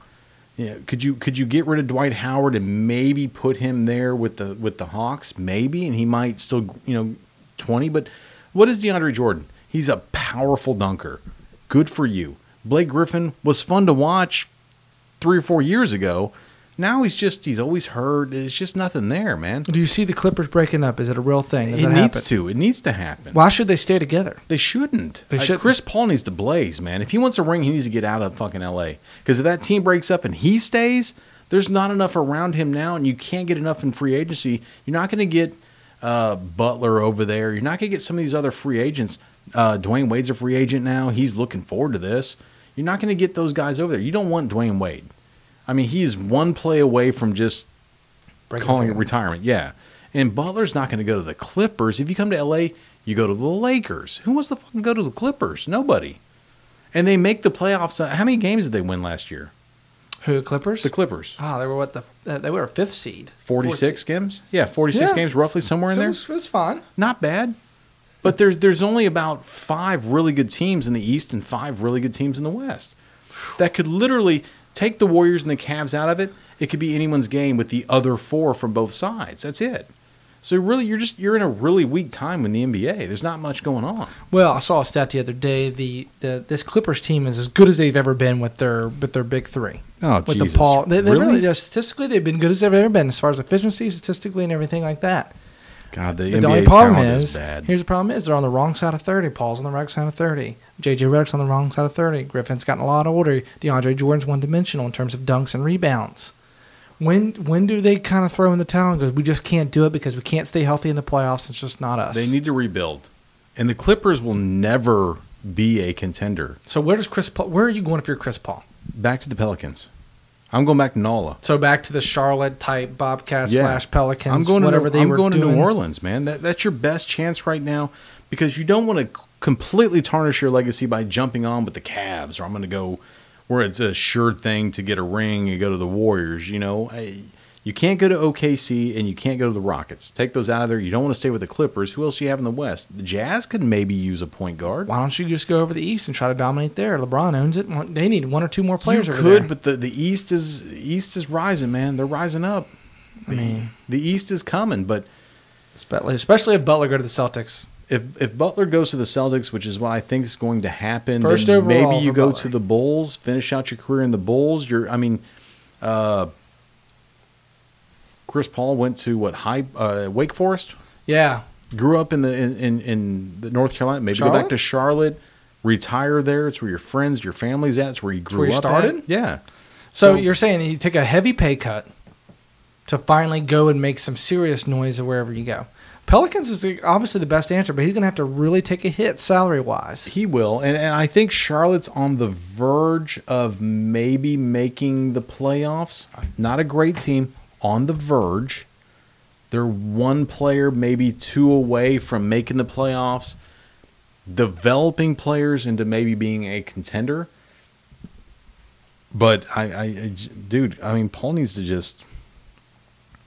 B: Yeah, could you could you get rid of Dwight Howard and maybe put him there with the with the Hawks maybe and he might still you know twenty but what is DeAndre Jordan? He's a powerful dunker. Good for you. Blake Griffin was fun to watch three or four years ago. Now he's just he's always hurt. It's just nothing there, man.
C: Do you see the Clippers breaking up? Is it a real thing?
B: It
C: Does
B: needs
C: that happen?
B: to. It needs to happen.
C: Why should they stay together?
B: They shouldn't.
C: They
B: Like,
C: shouldn't.
B: Chris Paul needs to blaze, man. If he wants a ring, he needs to get out of fucking LA. Because if that team breaks up and he stays, there's not enough around him now, and you can't get enough in free agency. You're not going to get uh, Butler over there. You're not going to get some of these other free agents. Uh, Dwayne Wade's a free agent now. He's looking forward to this. You're not going to get those guys over there. You don't want Dwayne Wade. I mean, he's one play away from just
C: Breaking
B: calling it
C: together.
B: retirement. Yeah. And Butler's not going to go to the Clippers. If you come to LA, you go to the Lakers. Who wants to fucking go to the Clippers? Nobody. And they make the playoffs. Uh, How many games did they win last year?
C: Who the Clippers?
B: The Clippers.
C: oh, they were what the uh, they were a fifth seed.
B: 46 games? Yeah, 46
C: Yeah.
B: games roughly somewhere in
C: So it
B: there.
C: was, it was fine.
B: Not bad. But there's there's only about 5 really good teams in the East and 5 really good teams in the West. That could literally take the Warriors and the Cavs out of it. It could be anyone's game with the other 4 from both sides. That's it. So really you're just you're in a really weak time in the NBA. There's not much going on.
C: Well, I saw a stat the other day. The, the this Clippers team is as good as they've ever been with their with their big three.
B: Oh,
C: with the Paul, they, they really? yeah, statistically they've been good as they've ever been as far as efficiency, statistically, and everything like that.
B: God, the,
C: But
B: NBA's
C: the only problem
B: talent
C: is,
B: is bad.
C: here's the problem is they're on the wrong side of 30. Paul's on the right side of 30. JJ Redick's on the wrong side of 30. Griffin's gotten a lot older. DeAndre Jordan's one dimensional in terms of dunks and rebounds. When when do they kind of throw in the towel and go, we just can't do it because we can't stay healthy in the playoffs. It's just not us.
B: They need to rebuild. And the Clippers will never be a contender.
C: so where does Chris Paul, where are you going if you're Chris Paul?
B: Back to the Pelicans. I'm going back to Nola.
C: So back to the Charlotte type Bobcats
B: Yeah.
C: slash Pelicans,
B: I'm going
C: whatever
B: to,
C: they
B: I'm
C: were
B: going
C: doing.
B: to New Orleans, man. That, that's your best chance right now because you don't want to completely tarnish your legacy by jumping on with the Cavs or I'm going to go where it's a sure thing to get a ring and go to the Warriors. You know, I, you can't go to OKC and you can't go to the Rockets. Take those out of there. You don't want to stay with the Clippers. Who else do you have in the West? The Jazz could maybe use a point guard.
C: Why don't you just go over the East and try to dominate there? LeBron owns it. One- They need one or two more players
B: you
C: over
B: could,
C: there.
B: but the, the East is East is rising, man. They're rising up. The, the East is coming, but
C: Especially- especially if Butler go to the Celtics.
B: if if Butler goes to the Celtics, which is what I think is going to happen,
C: First
B: then
C: overall
B: maybe you
C: for
B: go
C: Butler.
B: to the Bulls, finish out your career in the Bulls. You're, I mean, uh, Chris Paul went to what high uh, Wake Forest,
C: Yeah,
B: grew up in the in in, in the North Carolina. Maybe go
C: Charlotte?
B: back to Charlotte, retire there. It's where your friends, your family's at. It's where you grew
C: where you
B: up. at.
C: started?
B: Yeah, So-
C: So, you're saying you take a heavy pay cut to finally go and make some serious noise wherever you go. Pelicans is the, obviously the best answer, but he's going to have to really take a hit salary wise.
B: he will, and, and I think Charlotte's on the verge of maybe making the playoffs. Not a great team, on the verge. They're one player, maybe two away from making the playoffs, developing players into maybe being a contender. But I, I, I j- dude, I mean, Paul needs to just.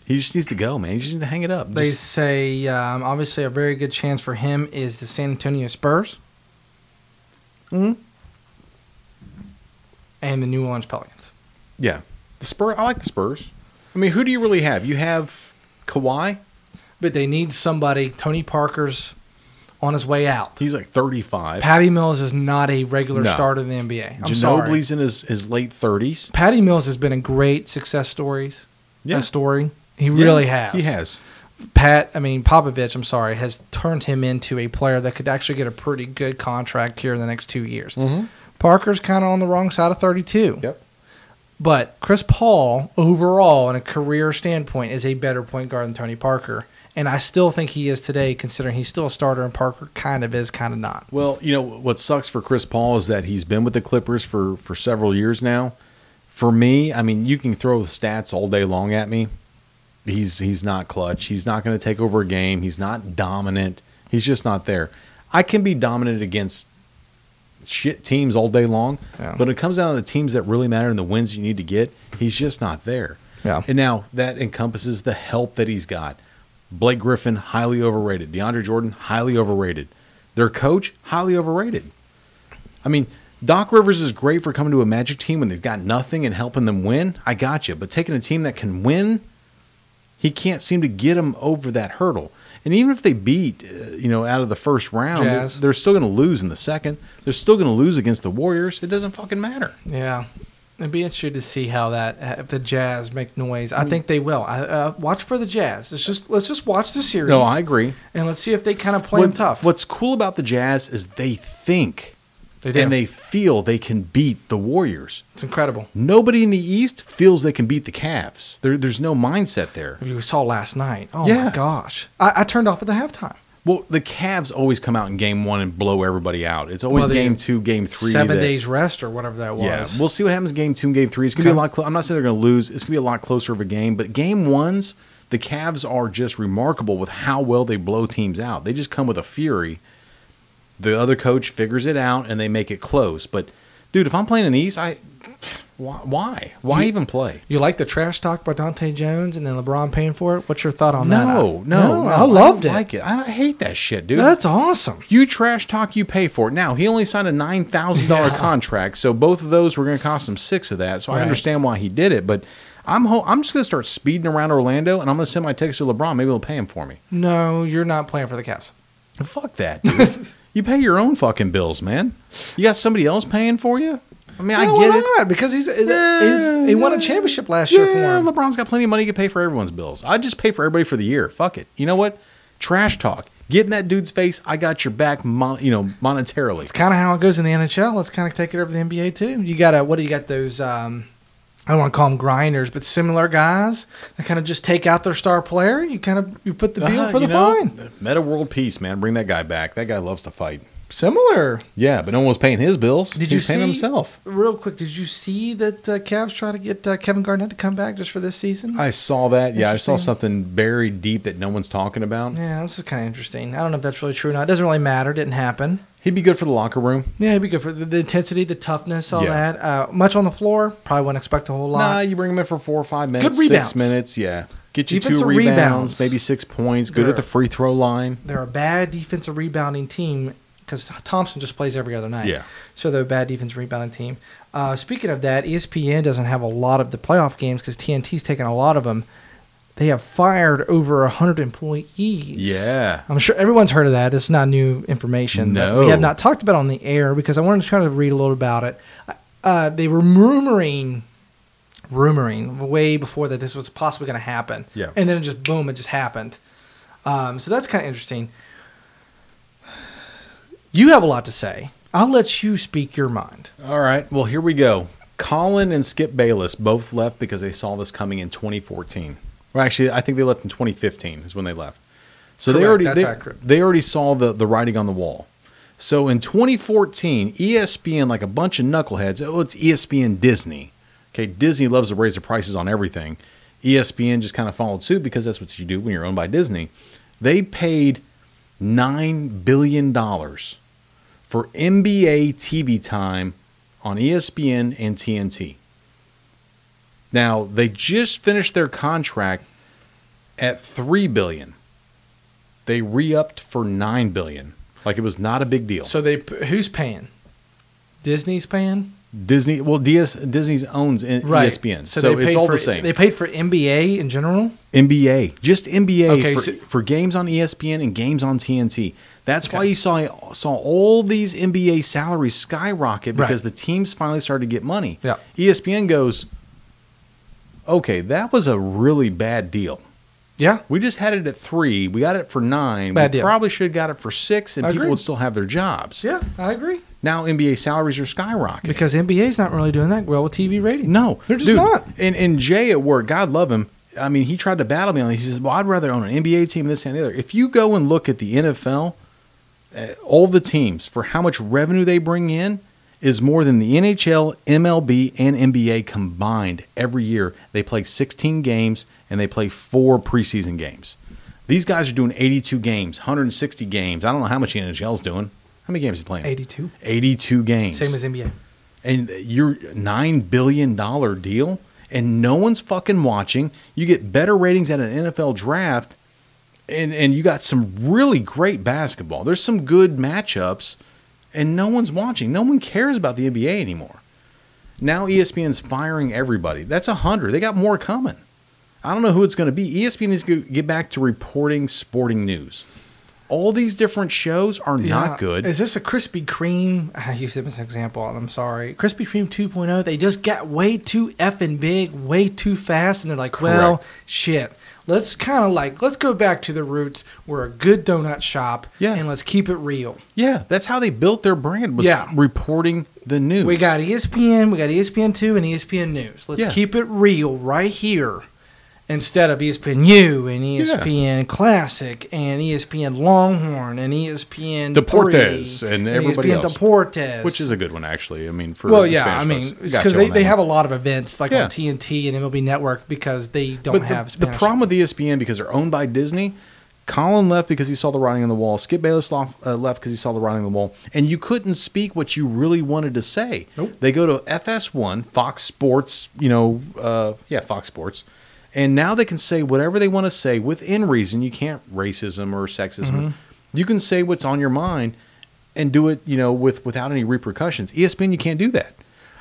B: He just needs to go, man. He just needs to hang it up.
C: They
B: Just-
C: say um, obviously a very good chance for him is the San Antonio Spurs
B: Mhm.
C: and the New Orleans Pelicans.
B: Yeah. The Spurs, I like the Spurs. I mean, who do you really have? You have Kawhi?
C: But they need somebody. Tony Parker's on his way out.
B: He's like 35.
C: Patty Mills is not a regular
B: No.
C: starter in the NBA. I'm sorry.
B: Ginobili's in his, his late 30s.
C: Patty Mills has been a great success stories.
B: Yeah.
C: A story. He
B: Yeah,
C: really has.
B: He has.
C: Pat, I mean Popovich, I'm sorry, has turned him into a player that could actually get a pretty good contract here in the next 2 years.
B: Mhm.
C: Parker's kind of on the wrong side of 32.
B: Yep.
C: But Chris Paul, overall, in a career standpoint, is a better point guard than Tony Parker. And I still think he is today, considering he's still a starter and Parker kind of is, kind of not.
B: Well, you know what sucks for Chris Paul is that he's been with the Clippers for for several years now. For me, I mean, you can throw stats all day long at me. He's he's not clutch. He's not going to take over a game. He's not dominant. He's just not there. I can be dominant against shit teams all day long,
C: Yeah.
B: but when it comes down to the teams that really matter and the wins you need to get, he's just not there.
C: Yeah.
B: And now that encompasses the help that he's got. Blake Griffin, highly overrated. DeAndre Jordan, highly overrated. Their coach, highly overrated. I mean, Doc Rivers is great for coming to a Magic team when they've got nothing and helping them win. I got you. But taking a team that can win, he can't seem to get them over that hurdle. And even if they beat, uh, you know, out of the first round, they're,
C: Jazz.
B: they're still going to lose in the second. They're still going to lose against the Warriors. It doesn't fucking matter.
C: Yeah. It'd be interesting to see how that if the Jazz make noise.
B: Mm.
C: I think they will. I, uh, watch for the Jazz. Let's just let's just watch the series.
B: No, I agree.
C: and let's see if they kind of play 'em
B: What-
C: tough.
B: What's cool about the Jazz is they think
C: they do.
B: and they feel they can beat the Warriors.
C: it's incredible.
B: Nobody in the East feels they can beat the Cavs. There, there's no mindset there.
C: You saw last night. Oh my
B: Yeah.
C: gosh! I, I turned off at the halftime.
B: Well, the Cavs always come out in game one and blow everybody out. It's always
C: Well, they-
B: game two, game three.
C: Seven
B: that-
C: days rest or whatever that was.
B: Yeah, we'll see what happens game two and game three. It's going to be
C: Okay.
B: a lot clo- I'm not saying they're going to lose. It's going to be a lot closer of a game. But game ones, the Cavs are just remarkable with how well they blow teams out. They just come with a fury. The other coach figures it out and they make it close. But, dude, if I'm playing in the East, I. Why? Why, why
C: You-
B: even play?
C: You like the trash talk by Dante Jones and then LeBron paying for it? What's your thought on that?
B: No, no, no,
C: I loved
B: don't
C: it.
B: Like it, I don't- I hate that shit, dude.
C: That's awesome.
B: you trash talk, you pay for it. Now he only signed a nine thousand dollar
C: Yeah.
B: contract, so both of those were going to cost him six of that. So
C: Right.
B: I understand why he did it, but I'm ho- I'm just going to start speeding around Orlando, and I'm going to send my text to LeBron. Maybe he'll pay him for me.
C: No, you're not playing for the Cavs.
B: Fuck that. Dude. you pay your own fucking bills, man. You got somebody else paying for you. I mean, I
C: No,
B: get
C: why
B: it.
C: not? because he's, he's he won a championship last year
B: Yeah,
C: for him.
B: LeBron's got plenty of money he can pay for everyone's bills. I just pay for everybody for the year. Fuck it. You know what? Trash talk. Get in that dude's face. I got your back. Mon- you know, monetarily.
C: It's kind of how it goes in the NHL. Let's kind of take it over to the NBA too. You got to what do you got those? Um, I don't want to call them grinders, but similar guys that kind of just take out their star player. You kind of Uh-huh, you put the bill
B: Uh,
C: for the
B: you know,
C: fine.
B: Meta world peace, man. Bring that guy back. That guy loves to fight.
C: Similar.
B: Yeah, but no one was paying his bills.
C: Did
B: He's
C: you
B: paying
C: see-
B: himself.
C: Real quick, did you see that uh, Cavs try to get uh, Kevin Garnett to come back just for this season?
B: I saw that. Yeah, I saw
C: Interesting.
B: something buried deep that no one's talking about.
C: yeah, this is kind of interesting. I don't know if that's really true or not. It doesn't really matter. It didn't happen.
B: He'd be good for the locker room.
C: Yeah, it'd be good for the, the intensity, the toughness, all
B: Yeah.
C: that. Uh, much on the floor. Probably wouldn't expect a whole
B: Nah,
C: lot.
B: you bring him in for four or five minutes,
C: rebounds.
B: six minutes. Yeah, get you two
C: Defensive
B: rebounds,
C: rebounds.
B: maybe six points. Good
C: Sure.
B: at the free throw line.
C: They're a bad defensive rebounding team because Thompson just plays every other night.
B: Yeah.
C: So they're a bad defensive rebounding team. Uh, speaking of that, ESPN doesn't have a lot of the playoff games because TNT's taken a lot of them. They have fired over 100 employees.
B: Yeah.
C: I'm sure everyone's heard of that. It's not new information. but We
B: No.
C: have not talked about it on the air because I wanted to try to read a little about it. Uh, they were rumoring, rumoring way before that this was possibly going to happen.
B: Yeah.
C: And then it just, boom, it just happened. Um, so that's kind of interesting. You have a lot to say. I'll let you speak your mind.
B: All right. Well, here we go. Colin and Skip Bayless both left because they saw this coming in 2014. Or actually, I think they left in 2015 is when they left. So they
C: Correct.
B: already
C: That's
B: they,
C: accurate.
B: they already saw the the writing on the wall. So in E 2014, ESPN like a bunch of knuckleheads. Oh, it's ESPN Disney. Okay, Disney loves to raise the prices on everything. E ESPN just kind of followed suit because that's what you do when you're owned by Disney. They paid nine billion dollars for NBA TV time on E ESPN and TNT. Now they just finished their contract at three billion. They re-upped for Oh. nine billion, like it was not a big deal.
C: So they, who's paying? Disney's paying.
B: Disney, well, DS, Disney's owns E N-
C: Right.
B: ESPN, so,
C: they
B: it's
C: paid
B: all
C: for,
B: the same.
C: They paid for NBA in general.
B: NBA, just NBA
C: Okay,
B: for,
C: so-
B: for games on E ESPN and games on TNT. That's why
C: Okay.
B: you saw saw all these NBA salaries skyrocket because the teams finally started to get money. E
C: Yeah.
B: ESPN goes, okay, that was a really bad deal.
C: Yeah.
B: We just had it at three. We got it for nine.
C: Bad
B: we
C: deal.
B: probably should have got it for six, and people
C: Agreed.
B: would still have their jobs.
C: Yeah, I agree.
B: Now NBA salaries are skyrocketing.
C: Because NBA's not really doing that well with TV ratings.
B: No,
C: They're just not.
B: And and Jay at work, God love him. I mean, he tried to battle me on. it. He says, "Well, I'd rather own an NBA team, this and the other." If you go and look at the NFL, uh, all the teams for how much revenue they bring in is more than the NHL, MLB, and NBA combined every year. They play 16 games and they play four preseason games. These guys are doing 82 games, 160 games. I don't know how much the NHL's doing. How many games is he playing?
C: 82.
B: 82 games
C: Same as NBA.
B: and your nine billion dollar deal, and no one's fucking watching. You get better ratings at an NFL draft, and and you got some really great basketball. There's some good matchups, and no one's watching. No one cares about the NBA anymore. Now E ESPN's firing everybody. That's a hundred. They got more coming. I don't know who it's going to be. E ESPN needs to get back to reporting sporting news. All these different shows are
C: Yeah.
B: not good.
C: Is this a Krispy Kreme? Ah, I used him as an example, and I'm sorry. Krispy Kreme 2.0, they just got way too effing big, way too fast, and they're like, well, shit. Let's kind of like, let's go back to the roots. We're a good donut shop,
B: Yeah.
C: and let's keep it real.
B: Yeah, that's how they built their brand was
C: Yeah.
B: reporting the news.
C: We got E ESPN, we got ESPN two, and E ESPN News. Let's
B: Yeah.
C: keep it real right here, instead of E ESPN U and E ESPN Classic and E ESPN Longhorn and E ESPN
B: Deportes
C: three E
B: and everybody
C: ESPN
B: else.
C: Deportes,
B: which is a good one actually. I mean, for
C: well,
B: the
C: yeah,
B: Spanish
C: I mean,
B: folks. Got
C: because
B: you
C: they,
B: on
C: they
B: that
C: have a
B: one.
C: lot of events like
B: Yeah.
C: on TNT and MLB Network because they don't
B: But the-
C: have
B: the,
C: Spanish.
B: problem with E ESPN because they're owned by Disney. Colin left because he saw the writing on the wall. Skip Bayless lof- uh, left because he saw the writing on the wall, and you couldn't speak what you really wanted to say.
C: Nope.
B: They go to FS1, Fox Sports, you know, uh, yeah, Fox Sports, and now they can say whatever they want to say within reason. You can't racism or sexism.
C: Mm-hmm.
B: You can say what's on your mind, and do it, you know, with without any repercussions. E ESPN, you can't do that.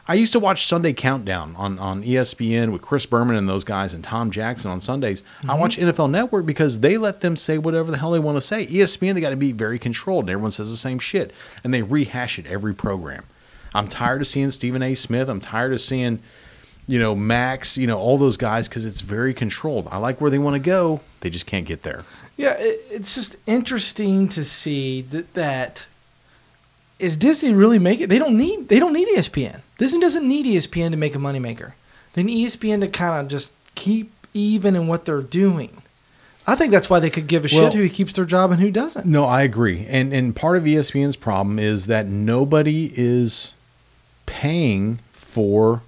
B: I used to watch Sunday Countdown on, on E ESPN with Chris Berman and those guys and Tom Jackson on Sundays. I watch NFL Network because they let them say whatever the hell they want to say. E ESPN, they got to be very controlled and everyone says the same shit and they rehash it every program. I'm tired of seeing Stephen A. Smith. I'm tired of seeing, you know, Max, you know, all those guys because it's very controlled. I like where they want to go. They just can't get there.
C: Yeah, it, it's just interesting to see that, that is Disney really make it? They don't need they don't need E ESPN. Disney doesn't need E ESPN to make a moneymaker. They need E ESPN to kind of just keep even in what they're doing. I think that's why they could give a
B: Well-
C: shit who keeps their job and who doesn't.
B: No, I agree. And and part of E ESPN's problem is that nobody is paying for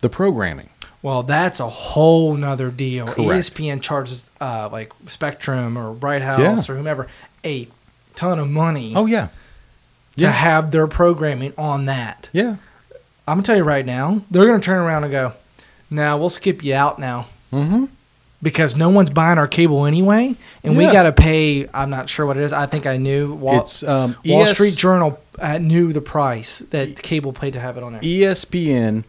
B: the programming.
C: Well, that's a whole nother deal. E
B: Correct.
C: ESPN charges uh, like Spectrum or Bright House or whomever a ton of money
B: Oh yeah.
C: to
B: yeah.
C: have their programming on that.
B: Yeah.
C: I'm gonna tell you right now, they're gonna turn around and go, "Now we'll skip you out now
B: Mhm.
C: because no one's buying our cable anyway, and we
B: Yeah.
C: gotta pay. I'm not sure what it is. I think I knew Wall,
B: it's um
C: Wall
B: ES
C: Street Journal uh, knew the price that cable paid to have it on
B: E
C: there.
B: ESPN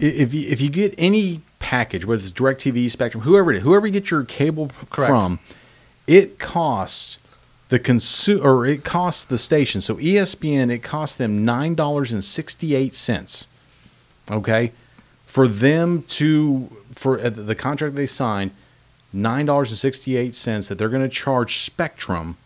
B: i- if you, if you get any package whether it's DirecTV, Spectrum, whoever it is, whoever you get your cable
C: Correct.
B: from, it costs the consu- or it costs the station. So E ESPN it costs them $9.68. okay for them to for uh, the contract they signed $9.68 that they're going to charge spectrum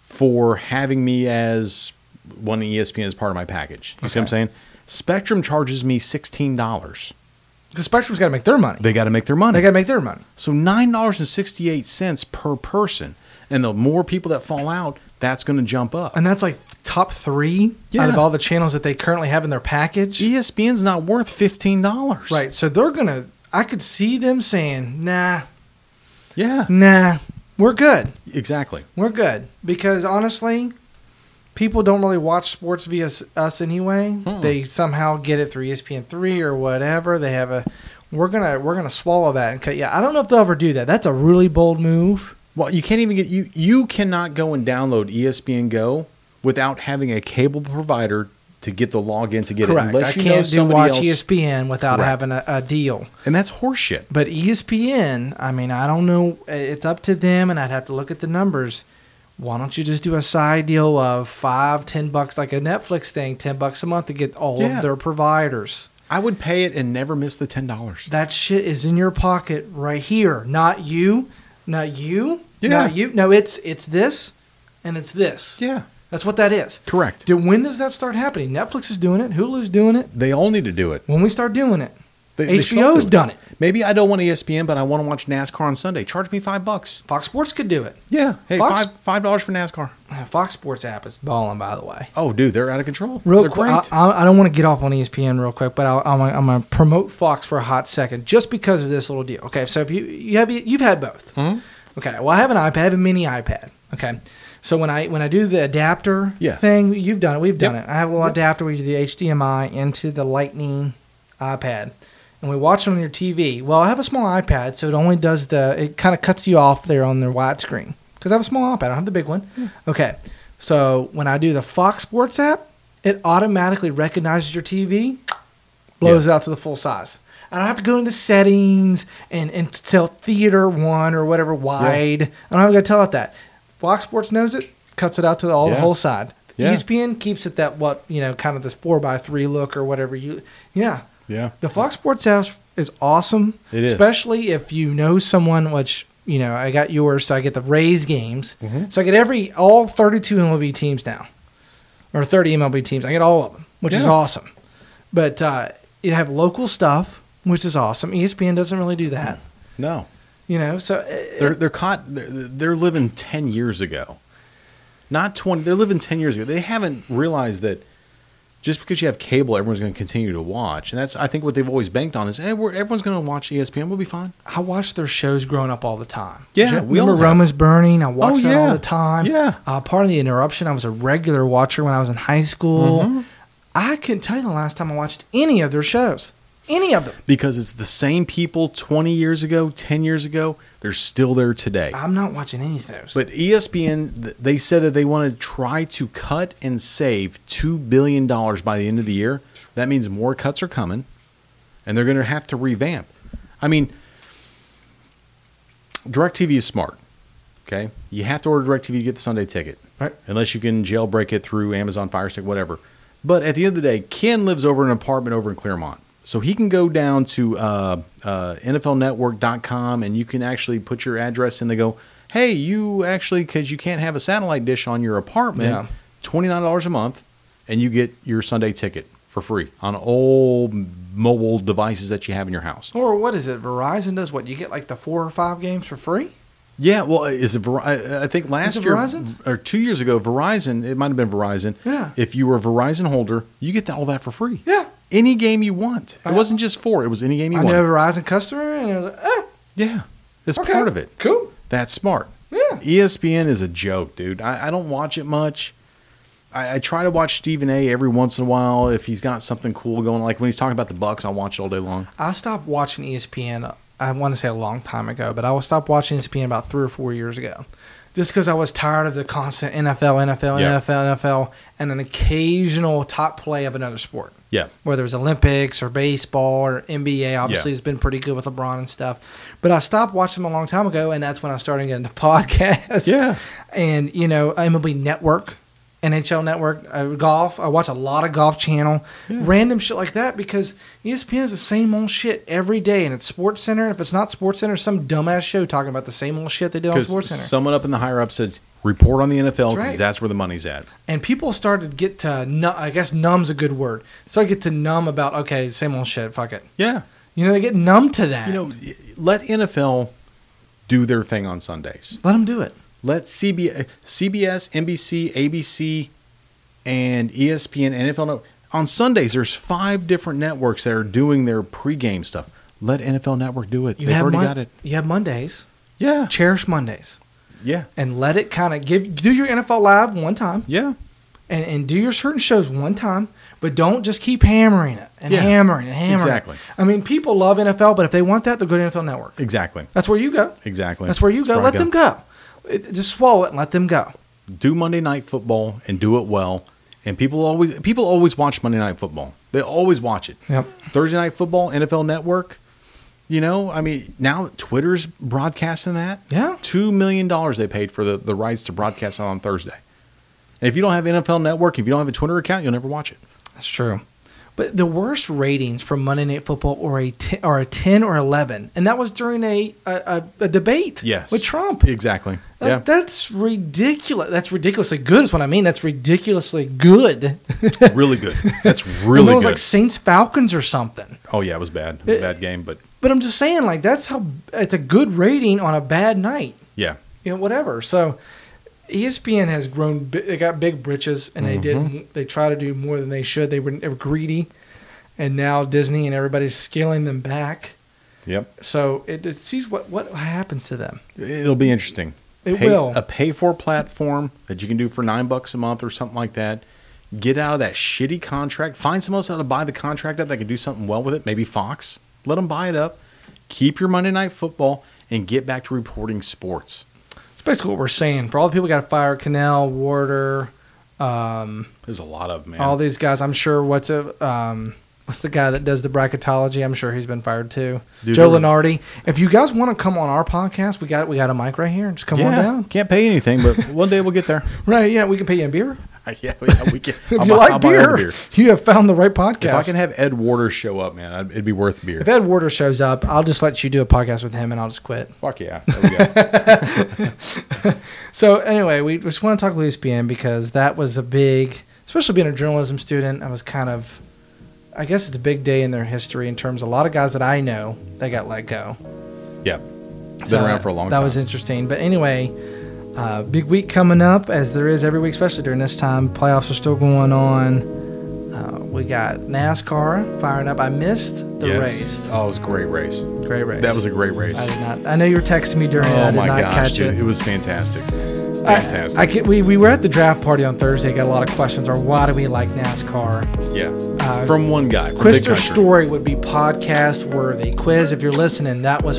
B: for having me as one espn as part of E my package you see what i'm saying spectrum charges me $16
C: Because Spectrum's gotta make their money.
B: they got to make their money
C: They gotta make their money.
B: so nine dollars and sixty eight cents per person, and the more people that fall out, that's going to jump up.
C: And that's like top three out
B: Yeah.
C: of all the channels that they currently have in their package.
B: E ESPN's not worth fifteen dollars.
C: Right. So they're gonna. I could see them saying, "Nah,
B: Yeah.
C: nah, we're good.
B: Exactly.
C: We're good because honestly, people don't really watch sports via s- us anyway.
B: Mm-mm.
C: They somehow get it through E ESPN three or whatever. They have a. We're gonna we're gonna swallow that and cut. Yeah, I don't know if they'll ever do that. That's a really bold move.
B: Well, you can't even get E you. You cannot go and download ESPN Go without having a cable provider to get the login to get it.
C: Correct. I
B: Unless you know
C: can't do
B: somebody
C: watch E
B: else,
C: ESPN without
B: Correct.
C: having a, a deal.
B: and that's horseshit.
C: But E ESPN, I mean, I don't know. eh, It's up to them, and I'd have to look at the numbers. Why don't you just do a side deal of five, ten bucks, like a Netflix thing, ten bucks a month to get all
B: Yeah.
C: of their providers?
B: I would pay it and never miss the ten dollars.
C: That shit is in your pocket right here. Not you, not you,
B: Yeah.
C: not you. No, it's it's this, and it's this.
B: Yeah,
C: That's what that is.
B: correct.
C: Dude, when does that start happening? Netflix is doing it. Hulu's doing it.
B: They all need to do it.
C: When we start doing it,
B: They, they should
C: HBO's
B: do
C: done it.
B: Maybe I don't want E ESPN, but I want to watch NASCAR on Sunday. Charge me five bucks.
C: Fox Sports could do it.
B: Yeah. Hey,
C: Fox-
B: five five dollars for NASCAR.
C: Fox Sports app is balling, by the way.
B: Oh, dude, they're out of control.
C: Real uh,
B: they're
C: quick, I,
B: great.
C: I I don't want to get off on E ESPN real quick, but I'll, I'm, gonna- I'm going to promote Fox for a hot second just because of this little deal. Okay, so if you you have you've had both.
B: Hmm?
C: Okay, well I have an iPad, I have a mini iPad. Okay, so when I when I do the adapter
B: Yeah.
C: thing, you've done it, we've done
B: Yep.
C: it. I have a little adapter where you do the HDMI into the Lightning iPad, and we watch it on your TV. Well, I have a small iPad, so it only does the it kind of cuts you off there on their widescreen because I have a small iPad, I don't have the big one.
B: Hmm.
C: Okay, so when I do the Fox Sports app, it automatically recognizes your TV, blows it out to the full size. I don't have to go into the settings and, and tell theater one or whatever wide. I don't have to tell it that. Fox Sports knows it, cuts it out to all
B: Yeah.
C: the whole side. E
B: Yeah.
C: ESPN keeps it that what you know, kind of this four by three look or whatever you. Yeah,
B: yeah.
C: the Fox Sports app is awesome.
B: It is.
C: Especially if you know someone, which, you know, I got yours, so I get the Rays games.
B: Mhm.
C: So I get every, all 32 MLB teams now, or 30 MLB teams. I get all of them, which is
B: Yeah.
C: awesome. But uh, you have local stuff, which is awesome. E ESPN doesn't really do that,
B: No,
C: you know, so uh,
B: they're they're caught. They're, they're living ten years ago, not twenty. They're living ten years ago. They haven't realized that just because you have cable, everyone's going to continue to watch, and that's I think what they've always banked on is hey, we're, everyone's going to watch E ESPN. We'll be fine.
C: I watch their shows growing up all the time.
B: Yeah,
C: Ju-
B: we all
C: remember
B: have. Oh,
C: Roma's Burning? I watched that
B: yeah.
C: all the time.
B: Yeah.
C: Uh, part of the interruption, I was a regular watcher when I was in high school.
B: Mm-hmm.
C: I couldn't tell you the last time I watched any of their shows. Any of them.
B: because it's the same people 20 years ago, 10 years ago, they're still there today.
C: I'm not watching any of those.
B: But E ESPN, th- they said that they want to try to cut and save $2 billion by the end of the year. That means more cuts are coming, and they're going to have to revamp. I mean, DirecTV is smart. Okay. You have to order DirecTV to get the Sunday ticket.
C: Right.
B: Unless you can jailbreak it through Amazon Fire Stick, whatever. But at the end of the day, Ken lives over in an apartment over in Claremont. So he can go down to uh, uh, NFLnetwork.com and you can actually put your address in. They go, hey, you actually, because you can't have a satellite dish on your apartment,
C: Yeah.
B: $29 a month, and you get your Sunday ticket for free on all mobile devices that you have in your house.
C: or what is it? Verizon does what? You get like the four or five games for free?
B: Yeah, well, is it? Ver- I I think last
C: it
B: year
C: Verizon?
B: or two years ago, Verizon. It might have been Verizon.
C: Yeah.
B: If you were a Verizon holder, you get that, all that for free.
C: Yeah.
B: Any game you want. It
C: I-
B: wasn't just four. It was any game you
C: I
B: want.
C: know a Verizon customer, and I was like, eh,
B: Yeah. It's
C: okay,
B: part of it.
C: Cool.
B: That's smart. E
C: Yeah.
B: ESPN is a joke, dude. I, I don't watch it much. I, I try to watch Stephen A. every once in a while if he's got something cool going. Like when he's talking about the Bucks, I watch it all day long.
C: I stopped watching E ESPN. I want to say a long time ago, but I stopped watching E ESPN about three or four years ago, just because I was tired of the constant NFL, NFL,
B: Yeah.
C: NFL, NFL, and an occasional top play of another sport.
B: Yeah.
C: whether it was Olympics or baseball or NBA. Obviously,
B: Yeah.
C: has been pretty good with LeBron and stuff. But I stopped watching them a long time ago, and that's when I started getting into podcasts.
B: Yeah.
C: and you know MLB Network, NHL Network, uh, golf. I watch a lot of Golf Channel, random shit like that because E ESPN is the same old shit every day, and it's Sports Center. If it's not Sports Center, some dumbass show talking about the same old shit they did on
B: Because
C: Sports Center.
B: someone up in the higher up said, report on the NFL because
C: That's right.
B: that's where the money's at.
C: and people started to get to, nu- I guess numb's a good word. So I get to numb about okay, same old shit. Fuck it.
B: Yeah.
C: You know, they get numb to that.
B: You know, let NFL do their thing on Sundays.
C: let them do it.
B: Let CBS, CBS NBC, ABC, and E ESPN, NFL. know- On Sundays, there's five different networks that are doing their pregame stuff. Let NFL Network do it.
C: You
B: They've
C: have
B: already
C: Mon-
B: got it.
C: You have Mondays.
B: Yeah.
C: Cherish Mondays
B: Yeah.
C: and let it kind of give. Do your NFL live one time
B: Yeah.
C: and, and do your certain shows one time, but don't just keep hammering it and
B: Yeah.
C: hammering and hammering. it.
B: Exactly.
C: I mean, people love NFL, but if they want that, they'll go to NFL Network.
B: Exactly.
C: That's where you go.
B: Exactly.
C: That's where you
B: That's
C: go.
B: where I
C: let
B: go.
C: them go. It- just swallow it and let them go.
B: Do Monday Night Football and do it well And people always people always watch Monday Night Football. They always watch it.
C: Yep.
B: Thursday Night Football, NFL Network. You know, I mean, now Twitter's broadcasting that.
C: Yeah.
B: Two million dollars they paid for the, the rights to broadcast it on Thursday. And if you don't have NFL Network, if you don't have a Twitter account, you'll never watch it.
C: That's true. But the worst ratings for Monday Night Football or a ten, or a ten or eleven, and that was during a a, a, a debate
B: Yes.
C: with Trump.
B: Exactly.
C: That-
B: yeah.
C: That's ridiculous. That's ridiculously good. Is what I mean. That's ridiculously good.
B: really good. That's
C: it
B: really
C: was
B: good.
C: like Saints Falcons or something.
B: oh yeah, it was bad. It was a
C: It-
B: bad game, but
C: But I'm just saying, like that's how it's a good rating on a bad night.
B: yeah.
C: You know, whatever. So E ESPN has grown. bi- They got big britches, and they
B: Mm-hmm.
C: did. They try to do more than they should. They were, they were greedy, and now Disney and everybody's scaling them back.
B: Yep.
C: So it, it sees what what happens to them.
B: It'll be interesting.
C: It
B: Pay-
C: will.
B: A pay for platform that you can do for nine bucks a month or something like that. Get out of that shitty contract. Find someone else that'll buy the contract up that can do something well with it. Maybe Fox. Let them buy it up. Keep your Monday night football and get back to reporting sports.
C: It's basically what we're saying. For all the people who got fired, Canal, Warder, um,
B: There's a lot of 'em, man.
C: all these guys. I'm sure what's a um, what's the guy that does the bracketology? I'm sure he's been fired too.
B: Dude,
C: Joe
B: there were-
C: Lenardi. If you guys want to come on our podcast, we got we got a mic right here. Just come on
B: yeah,
C: down.
B: can't pay anything, but one day we'll get there.
C: Right? Yeah, we can pay you in beer.
B: yeah, yeah, we can.
C: If
B: I'll buy-
C: you
B: I'll
C: like
B: buy all
C: beer,
B: the beer.
C: you have found the right podcast.
B: If I can have Ed Warder show up, man, I'd, it'd be worth beer.
C: If Ed Warder shows up, I'll just let you do a podcast with him, and I'll just quit.
B: Fuck yeah. There we go.
C: So anyway, we just want to talk ESPN because that was a big, especially being a journalism student. I was kind of, I guess it's a big day in their history in terms of a lot of guys that I know that got let go.
B: yeah. Been
C: So
B: around
C: that-
B: for a long
C: that
B: time.
C: was interesting. But anyway, uh, big week coming up as there is every week, especially during this time. Playoffs are still going on. Uh, we got NASCAR firing up. I missed the
B: Yes.
C: race.
B: Oh, it was a great race.
C: Great race.
B: That was a great race.
C: I did not. I know you were texting me during. it. I
B: Oh
C: did
B: my
C: not
B: gosh,
C: catch
B: dude,
C: it.
B: it. was fantastic.
C: I-
B: Fantastic.
C: I, can, we, we were at the draft party on Thursday. Got a lot of questions. Or why do we like NASCAR?
B: yeah.
C: Uh,
B: from one guy. From Big
C: Krista's
B: Country.
C: story would be podcast worthy. Quiz, if you're listening, that was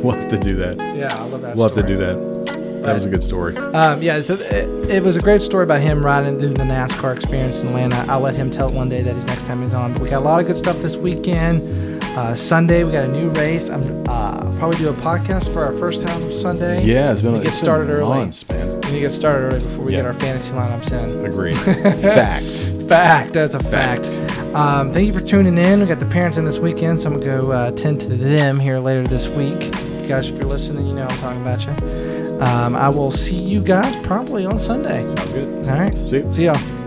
B: we'll have to do that.
C: yeah, I love that.
B: We'll have
C: story.
B: to do that. That was a good story.
C: Um, yeah, so it, it was a great story about him riding through the NASCAR experience in Atlanta. I'll let him tell it one day that his next time he's on. But we got a lot of good stuff this weekend. Uh, Sunday we got a new race. I'm uh, probably do a podcast for our first time Sunday.
B: Yeah, it's been
C: we
B: like
C: get started early.
B: months, man.
C: We need to get started early before we
B: Yeah.
C: get our fantasy lineups in.
B: Agreed. Fact.
C: Fact. That's a fact. Um, thank you for tuning in. We got the parents in this weekend, so I'm gonna go uh, tend to them here later this week. You guys, if you're listening, you know I'm talking about you. Um, I will see you guys probably on Sunday.
B: Sounds good.
C: All right.
B: See you.
C: See y'all.